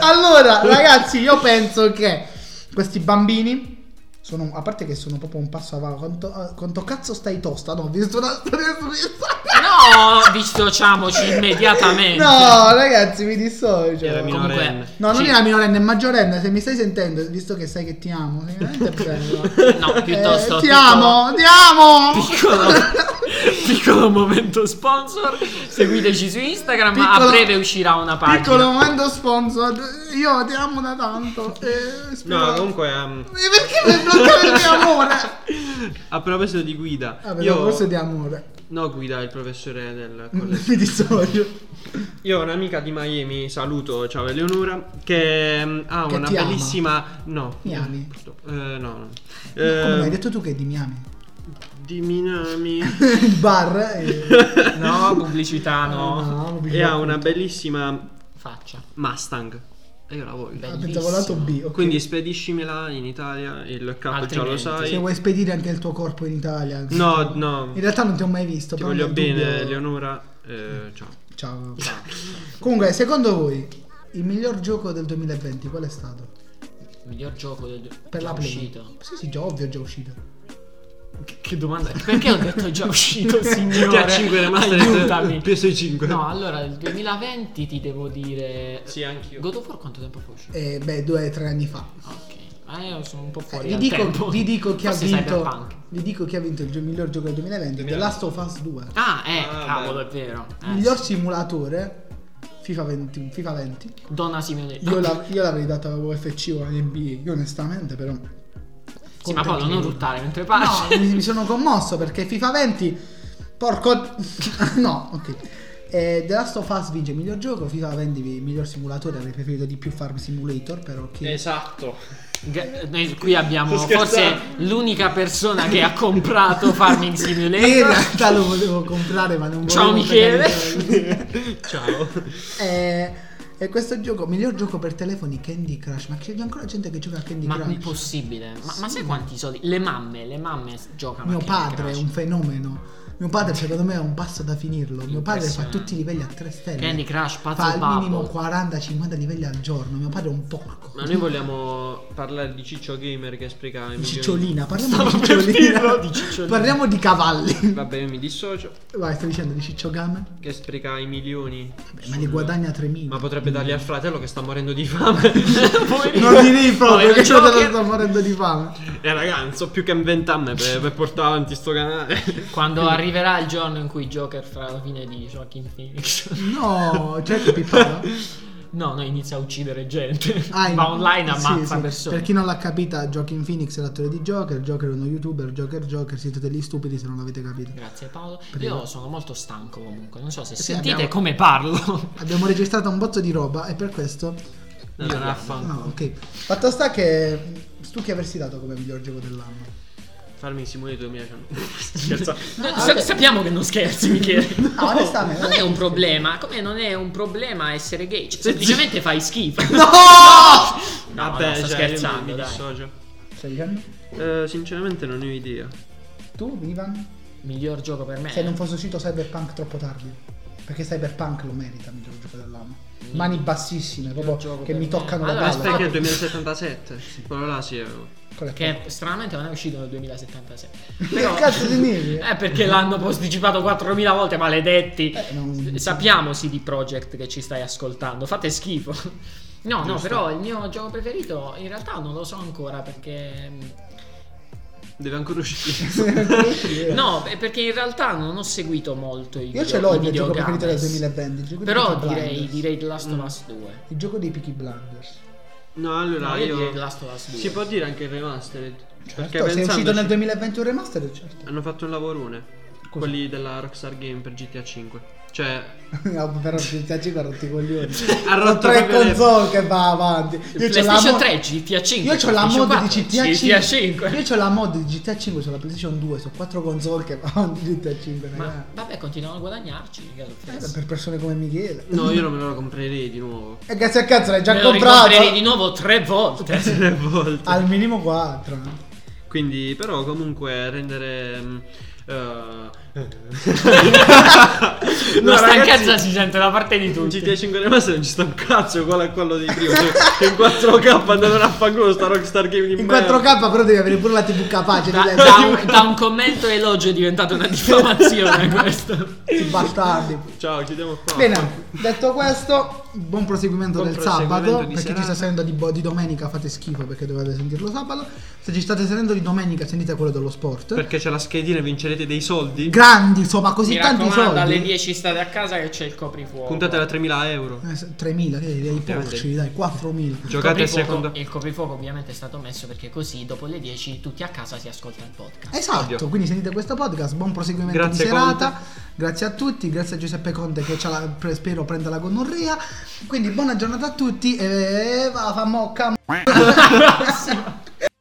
[SPEAKER 2] allora ragazzi io penso che questi bambini sono, a parte che sono proprio un passo avanti. Quanto, eh, quanto cazzo stai tosta? No, ho visto una storia su Instagram.
[SPEAKER 1] No, dissociamoci immediatamente.
[SPEAKER 2] No, ragazzi, mi dissocio.
[SPEAKER 3] Era
[SPEAKER 2] No,
[SPEAKER 3] minorenne.
[SPEAKER 1] Comunque,
[SPEAKER 2] non
[SPEAKER 1] sì.
[SPEAKER 2] era minorenne, è maggiorenne. Se mi stai sentendo, visto che sai che ti amo, sei veramente bello.
[SPEAKER 1] No, piuttosto
[SPEAKER 2] Eh, ti
[SPEAKER 1] piccolo-
[SPEAKER 2] amo, ti amo.
[SPEAKER 1] Piccolo, piccolo momento sponsor. Seguiteci su Instagram.
[SPEAKER 2] Piccolo-
[SPEAKER 1] a breve uscirà una pagina.
[SPEAKER 2] Piccolo momento sponsor. Io ti amo da tanto. Eh, spero-
[SPEAKER 3] No, comunque ehm,
[SPEAKER 2] Eh, Perché mi bloccare il mio amore?
[SPEAKER 3] a proposito di guida,
[SPEAKER 2] Vabbè,
[SPEAKER 3] io
[SPEAKER 2] Ah, forse di amore.
[SPEAKER 3] no guida il professore del collegio.
[SPEAKER 2] mi dissocio.
[SPEAKER 3] Io ho un'amica di Miami, saluto, ciao Eleonora, che ehm, ha
[SPEAKER 2] Che
[SPEAKER 3] una
[SPEAKER 2] ti ama.
[SPEAKER 3] bellissima no,
[SPEAKER 2] Mi ami?
[SPEAKER 3] purtroppo, eh, no, no.
[SPEAKER 2] Come
[SPEAKER 3] Ehm,
[SPEAKER 2] l'hai detto tu che è di Miami?
[SPEAKER 3] di Minami.
[SPEAKER 2] il bar e,
[SPEAKER 1] No, pubblicità no.
[SPEAKER 3] Eh, e ha una bellissima
[SPEAKER 1] Faccia.
[SPEAKER 3] Mustang. E io la voglio.
[SPEAKER 1] Bellissima.
[SPEAKER 2] Ah, pensavo lato B ok.
[SPEAKER 3] Quindi spediscimela in Italia, il capo già lo
[SPEAKER 1] Altrimenti,
[SPEAKER 3] sai.
[SPEAKER 2] se vuoi spedire anche il tuo corpo in Italia
[SPEAKER 3] No, no.
[SPEAKER 2] in realtà non ti ho mai visto
[SPEAKER 3] Ti
[SPEAKER 2] però
[SPEAKER 3] voglio
[SPEAKER 2] nel
[SPEAKER 3] bene,
[SPEAKER 2] dubbio-
[SPEAKER 3] Eleonora. Eh, ciao.
[SPEAKER 2] ciao comunque secondo voi il miglior gioco del 2020 qual è stato?
[SPEAKER 1] Il miglior gioco del
[SPEAKER 2] per
[SPEAKER 1] già
[SPEAKER 2] la play
[SPEAKER 1] uscito.
[SPEAKER 2] sì sì già ovvio è già uscito
[SPEAKER 1] Che, che domanda è? Perché ho detto già uscito, signore?
[SPEAKER 3] GTA 5 remastered
[SPEAKER 1] Aiutami.
[SPEAKER 3] PS5.
[SPEAKER 1] No, allora, il 2020 ti devo dire...
[SPEAKER 3] Sì, anch'io.
[SPEAKER 1] God of War quanto tempo fa è uscito?
[SPEAKER 2] Eh, beh due o tre anni fa
[SPEAKER 1] Ok. Ah, io sono un po'
[SPEAKER 2] Eh,
[SPEAKER 1] fuori
[SPEAKER 2] vi
[SPEAKER 1] dal
[SPEAKER 2] dico,
[SPEAKER 1] tempo.
[SPEAKER 2] vi dico chi ha
[SPEAKER 1] Forse
[SPEAKER 2] vinto
[SPEAKER 1] Cyberpunk.
[SPEAKER 2] vi dico chi ha vinto il gio- miglior gioco del 2020 The
[SPEAKER 3] 2020.
[SPEAKER 2] Last of Us 2
[SPEAKER 1] Ah, eh,
[SPEAKER 3] Ah,
[SPEAKER 1] cavolo,
[SPEAKER 3] beh.
[SPEAKER 1] è vero. Eh,
[SPEAKER 2] miglior simulatore FIFA 20, FIFA 20.
[SPEAKER 1] Donna Simone.
[SPEAKER 2] Io, la- io l'avrei data a UFC o a NBA, io onestamente però...
[SPEAKER 1] Sì, ma Paolo,
[SPEAKER 2] Contenti
[SPEAKER 1] non
[SPEAKER 2] di-
[SPEAKER 1] ruttare mentre
[SPEAKER 2] No,
[SPEAKER 1] parli.
[SPEAKER 2] mi, mi sono commosso perché FIFA 20... Porco... no, ok. Eh, The Last of Us vince miglior gioco, FIFA 20 vi- miglior simulatore, avrei preferito di più Farm Simulator, però
[SPEAKER 1] Eh,
[SPEAKER 2] che...
[SPEAKER 3] Esatto.
[SPEAKER 1] G- Noi qui abbiamo
[SPEAKER 3] Sto scherzando.
[SPEAKER 1] forse l'unica persona che ha comprato Farming
[SPEAKER 2] in
[SPEAKER 1] Simulator.
[SPEAKER 2] realtà lo volevo comprare ma non volevo...
[SPEAKER 1] Ciao, Michele.
[SPEAKER 3] ciao.
[SPEAKER 2] Eh, E questo gioco, miglior gioco per telefoni Candy Crush, ma c'è ancora gente che gioca a Candy
[SPEAKER 1] Ma
[SPEAKER 2] Crush?
[SPEAKER 1] impossibile. Ma, ma sai quanti soldi? Le mamme, le mamme s- giocano.
[SPEAKER 2] Mio
[SPEAKER 1] a Candy
[SPEAKER 2] padre è
[SPEAKER 1] Crush.
[SPEAKER 2] un fenomeno. Mio padre, secondo me, è un passo da finirlo. Mio padre fa
[SPEAKER 1] Impressionante.
[SPEAKER 2] tutti i livelli a 3 stelle.
[SPEAKER 1] Eh, Candy Crush, pazzo
[SPEAKER 2] Fa al
[SPEAKER 1] babbo.
[SPEAKER 2] minimo 40-50 livelli al giorno. Mio padre è un porco.
[SPEAKER 3] Ma noi vogliamo parlare di Ciccio Gamer che spreca i milioni.
[SPEAKER 2] Cicciolina, parliamo di
[SPEAKER 1] Stavo per
[SPEAKER 2] cicciolina.
[SPEAKER 1] dirlo, di cicciolina.
[SPEAKER 2] Parliamo di cavalli.
[SPEAKER 3] Vabbè, io mi dissocio.
[SPEAKER 2] Vai, stai dicendo di Ciccio Game?
[SPEAKER 3] Che spreca i milioni.
[SPEAKER 2] Ma ne guadagna 3.000.
[SPEAKER 3] Ma potrebbe darli al fratello che sta morendo di fame.
[SPEAKER 1] Poverino.
[SPEAKER 2] Non direi proprio
[SPEAKER 1] Povero
[SPEAKER 2] che sono
[SPEAKER 1] Joker.
[SPEAKER 2] sto morendo di fame.
[SPEAKER 3] e ragazzi, Eh, non so più che inventarne per, per portare avanti sto canale.
[SPEAKER 1] Quando arriverà il giorno in cui Joker farà la fine di Joaquin Phoenix.
[SPEAKER 2] cioè, No, certo Pipparo.
[SPEAKER 1] No, no, inizia a uccidere gente.
[SPEAKER 2] Ah,
[SPEAKER 1] Va
[SPEAKER 2] in-
[SPEAKER 1] online
[SPEAKER 2] sì,
[SPEAKER 1] ammazza
[SPEAKER 2] sì.
[SPEAKER 1] persone.
[SPEAKER 2] Per chi non l'ha capita, Joaquin Phoenix è l'attore di Joker, Joker è uno youtuber, Joker Joker, siete degli stupidi se non l'avete capito.
[SPEAKER 1] Grazie Paolo.
[SPEAKER 2] Prego.
[SPEAKER 1] Io sono molto stanco comunque. Non so se
[SPEAKER 2] Sì,
[SPEAKER 1] sentite
[SPEAKER 2] abbiamo-
[SPEAKER 1] come parlo.
[SPEAKER 2] Abbiamo registrato un botto di roba e per questo
[SPEAKER 3] No,
[SPEAKER 1] Io
[SPEAKER 3] no,
[SPEAKER 1] raffanculo.
[SPEAKER 2] No, ok. Fatto sta che mh, tu chi avresti dato come miglior gioco dell'anno?
[SPEAKER 3] Farmi Simone 2019. Scherzo.
[SPEAKER 1] No,
[SPEAKER 2] Ah,
[SPEAKER 1] sa-
[SPEAKER 2] ok.
[SPEAKER 1] Sappiamo che non scherzi, Michele. Oh,
[SPEAKER 2] No, onestamente,
[SPEAKER 1] Non è un
[SPEAKER 2] onestamente.
[SPEAKER 1] problema. Come non è un problema essere gay? Cioè, semplicemente fai schifo.
[SPEAKER 2] No!
[SPEAKER 1] No,
[SPEAKER 3] Vabbè,
[SPEAKER 1] no, sto
[SPEAKER 3] cioè,
[SPEAKER 1] scherzando,
[SPEAKER 3] io mi, mi
[SPEAKER 1] dai.
[SPEAKER 3] dissocio.
[SPEAKER 2] Stai dicendo?
[SPEAKER 3] Eh, sinceramente non ne ho idea.
[SPEAKER 2] Tu, Ivan?
[SPEAKER 1] Miglior gioco per me.
[SPEAKER 2] Se non fosse uscito Cyberpunk troppo tardi. Perché Cyberpunk lo merita, miglior gioco dell'anno. Mani bassissime,
[SPEAKER 1] Mm. Miglior
[SPEAKER 2] proprio
[SPEAKER 1] gioco
[SPEAKER 2] che
[SPEAKER 1] per
[SPEAKER 2] mi
[SPEAKER 1] me.
[SPEAKER 2] toccano
[SPEAKER 1] Allora,
[SPEAKER 2] la
[SPEAKER 1] aspetta
[SPEAKER 2] palla.
[SPEAKER 3] Perché il 2077? Quello là sì. eh.
[SPEAKER 2] Quello è
[SPEAKER 1] Che stranamente non è uscito nel 2077.
[SPEAKER 2] Che cazzo di nevi?
[SPEAKER 1] Eh, perché l'hanno posticipato 4000 volte, maledetti.
[SPEAKER 2] Eh, non-
[SPEAKER 1] Sappiamo, CD Projekt, che ci stai ascoltando. Fate schifo. No, no,
[SPEAKER 3] Giusto.
[SPEAKER 1] però il mio gioco preferito in realtà non lo so ancora perché.
[SPEAKER 3] Deve ancora uscire.
[SPEAKER 1] No, è perché in realtà non ho seguito molto i
[SPEAKER 2] Eh. Io ce l'ho il mio gioco preferito del 2020. il gioco di
[SPEAKER 1] Però
[SPEAKER 2] Peaky
[SPEAKER 1] direi,
[SPEAKER 2] Blinders.
[SPEAKER 1] direi The Last
[SPEAKER 3] Mm.
[SPEAKER 1] of Us 2.
[SPEAKER 2] Il gioco dei Peaky Blinders.
[SPEAKER 3] No, allora
[SPEAKER 1] No, io
[SPEAKER 3] io.
[SPEAKER 1] direi The Last of Us 2.
[SPEAKER 3] Si può dire anche il remastered.
[SPEAKER 2] Certo, se è uscito
[SPEAKER 3] pensandoci,
[SPEAKER 2] nel 2020 un remaster, certo.
[SPEAKER 3] Hanno fatto un lavorone. Quelli della Rockstar Game per GTA 5. Cioè,
[SPEAKER 2] No, Ah, però GTA 5 ha rotto i coglioni.
[SPEAKER 3] Ha
[SPEAKER 2] Sono
[SPEAKER 3] rotto
[SPEAKER 2] tre
[SPEAKER 3] proprio le-
[SPEAKER 2] console che va avanti. Io c'ho la,
[SPEAKER 1] PlayStation
[SPEAKER 2] mo-
[SPEAKER 1] 3, GTA 5.
[SPEAKER 2] io c'ho la mod di GTA 5.
[SPEAKER 1] GTA 5.
[SPEAKER 2] Io c'ho la mod di GTA 5 sulla PlayStation 2, su quattro console che va avanti GTA 5,
[SPEAKER 1] Ma
[SPEAKER 2] ragazzi.
[SPEAKER 1] vabbè, continuano a guadagnarci. mica lo
[SPEAKER 2] Eh,
[SPEAKER 1] penso.
[SPEAKER 2] Per persone come Michele.
[SPEAKER 3] no, io non me lo comprerei di nuovo.
[SPEAKER 2] E grazie a cazzo l'hai già
[SPEAKER 1] Me lo ricomprerei di
[SPEAKER 2] comprato.
[SPEAKER 1] nuovo tre volte.
[SPEAKER 3] Tre volte.
[SPEAKER 2] Al minimo eh. 4.
[SPEAKER 3] Quindi, però, comunque, rendere. mm, eh,
[SPEAKER 1] La
[SPEAKER 3] No,
[SPEAKER 1] stanchezza
[SPEAKER 3] ragazzi,
[SPEAKER 1] si sente da parte di
[SPEAKER 3] Un
[SPEAKER 1] tutti.
[SPEAKER 3] GTA 5 remaster non ci sta un cazzo uguale a quello dei prima. cioè, che in 4K andavano a fanculo sta Rockstar Game di
[SPEAKER 2] In
[SPEAKER 3] merda.
[SPEAKER 2] 4K però devi avere pure la TV capace.
[SPEAKER 1] Da,
[SPEAKER 2] ti-
[SPEAKER 1] da un, da un commento elogio è diventata una diffamazione questo.
[SPEAKER 2] Ti bastardi.
[SPEAKER 3] Ciao, chiudiamo qua.
[SPEAKER 2] Bene, detto questo, buon proseguimento
[SPEAKER 3] Buon
[SPEAKER 2] del
[SPEAKER 3] proseguimento
[SPEAKER 2] sabato.
[SPEAKER 3] di
[SPEAKER 2] Per chi ci sta
[SPEAKER 3] serata.
[SPEAKER 2] sentendo di, bo- di domenica fate schifo perché dovete sentirlo sabato. Se ci state sentendo di domenica sentite quello dello sport.
[SPEAKER 3] Perché c'è la schedina e vincerete dei soldi.
[SPEAKER 2] Grandi, insomma, così
[SPEAKER 1] Mi
[SPEAKER 2] tanti
[SPEAKER 1] raccomando,
[SPEAKER 2] soldi.
[SPEAKER 1] alle 10 state a casa che c'è il coprifuoco.
[SPEAKER 3] Puntate da 3000 euro.
[SPEAKER 2] Eh, se- 3.000, che dei porci, dai, 4.000.
[SPEAKER 3] Giocate
[SPEAKER 1] il
[SPEAKER 3] al
[SPEAKER 1] coprifuoco-
[SPEAKER 3] secondo.
[SPEAKER 1] Il coprifuoco ovviamente è stato messo perché così dopo le 10 tutti a casa si ascolta il podcast.
[SPEAKER 2] Esatto,
[SPEAKER 3] Ovvio.
[SPEAKER 2] quindi sentite questo podcast, buon proseguimento
[SPEAKER 3] Grazie,
[SPEAKER 2] di serata. Grazie a tutti, grazie a Giuseppe Conte che c'ha la- pre- spero prenda la gonorrea. Quindi buona giornata a tutti e va famocca.
[SPEAKER 1] Sì.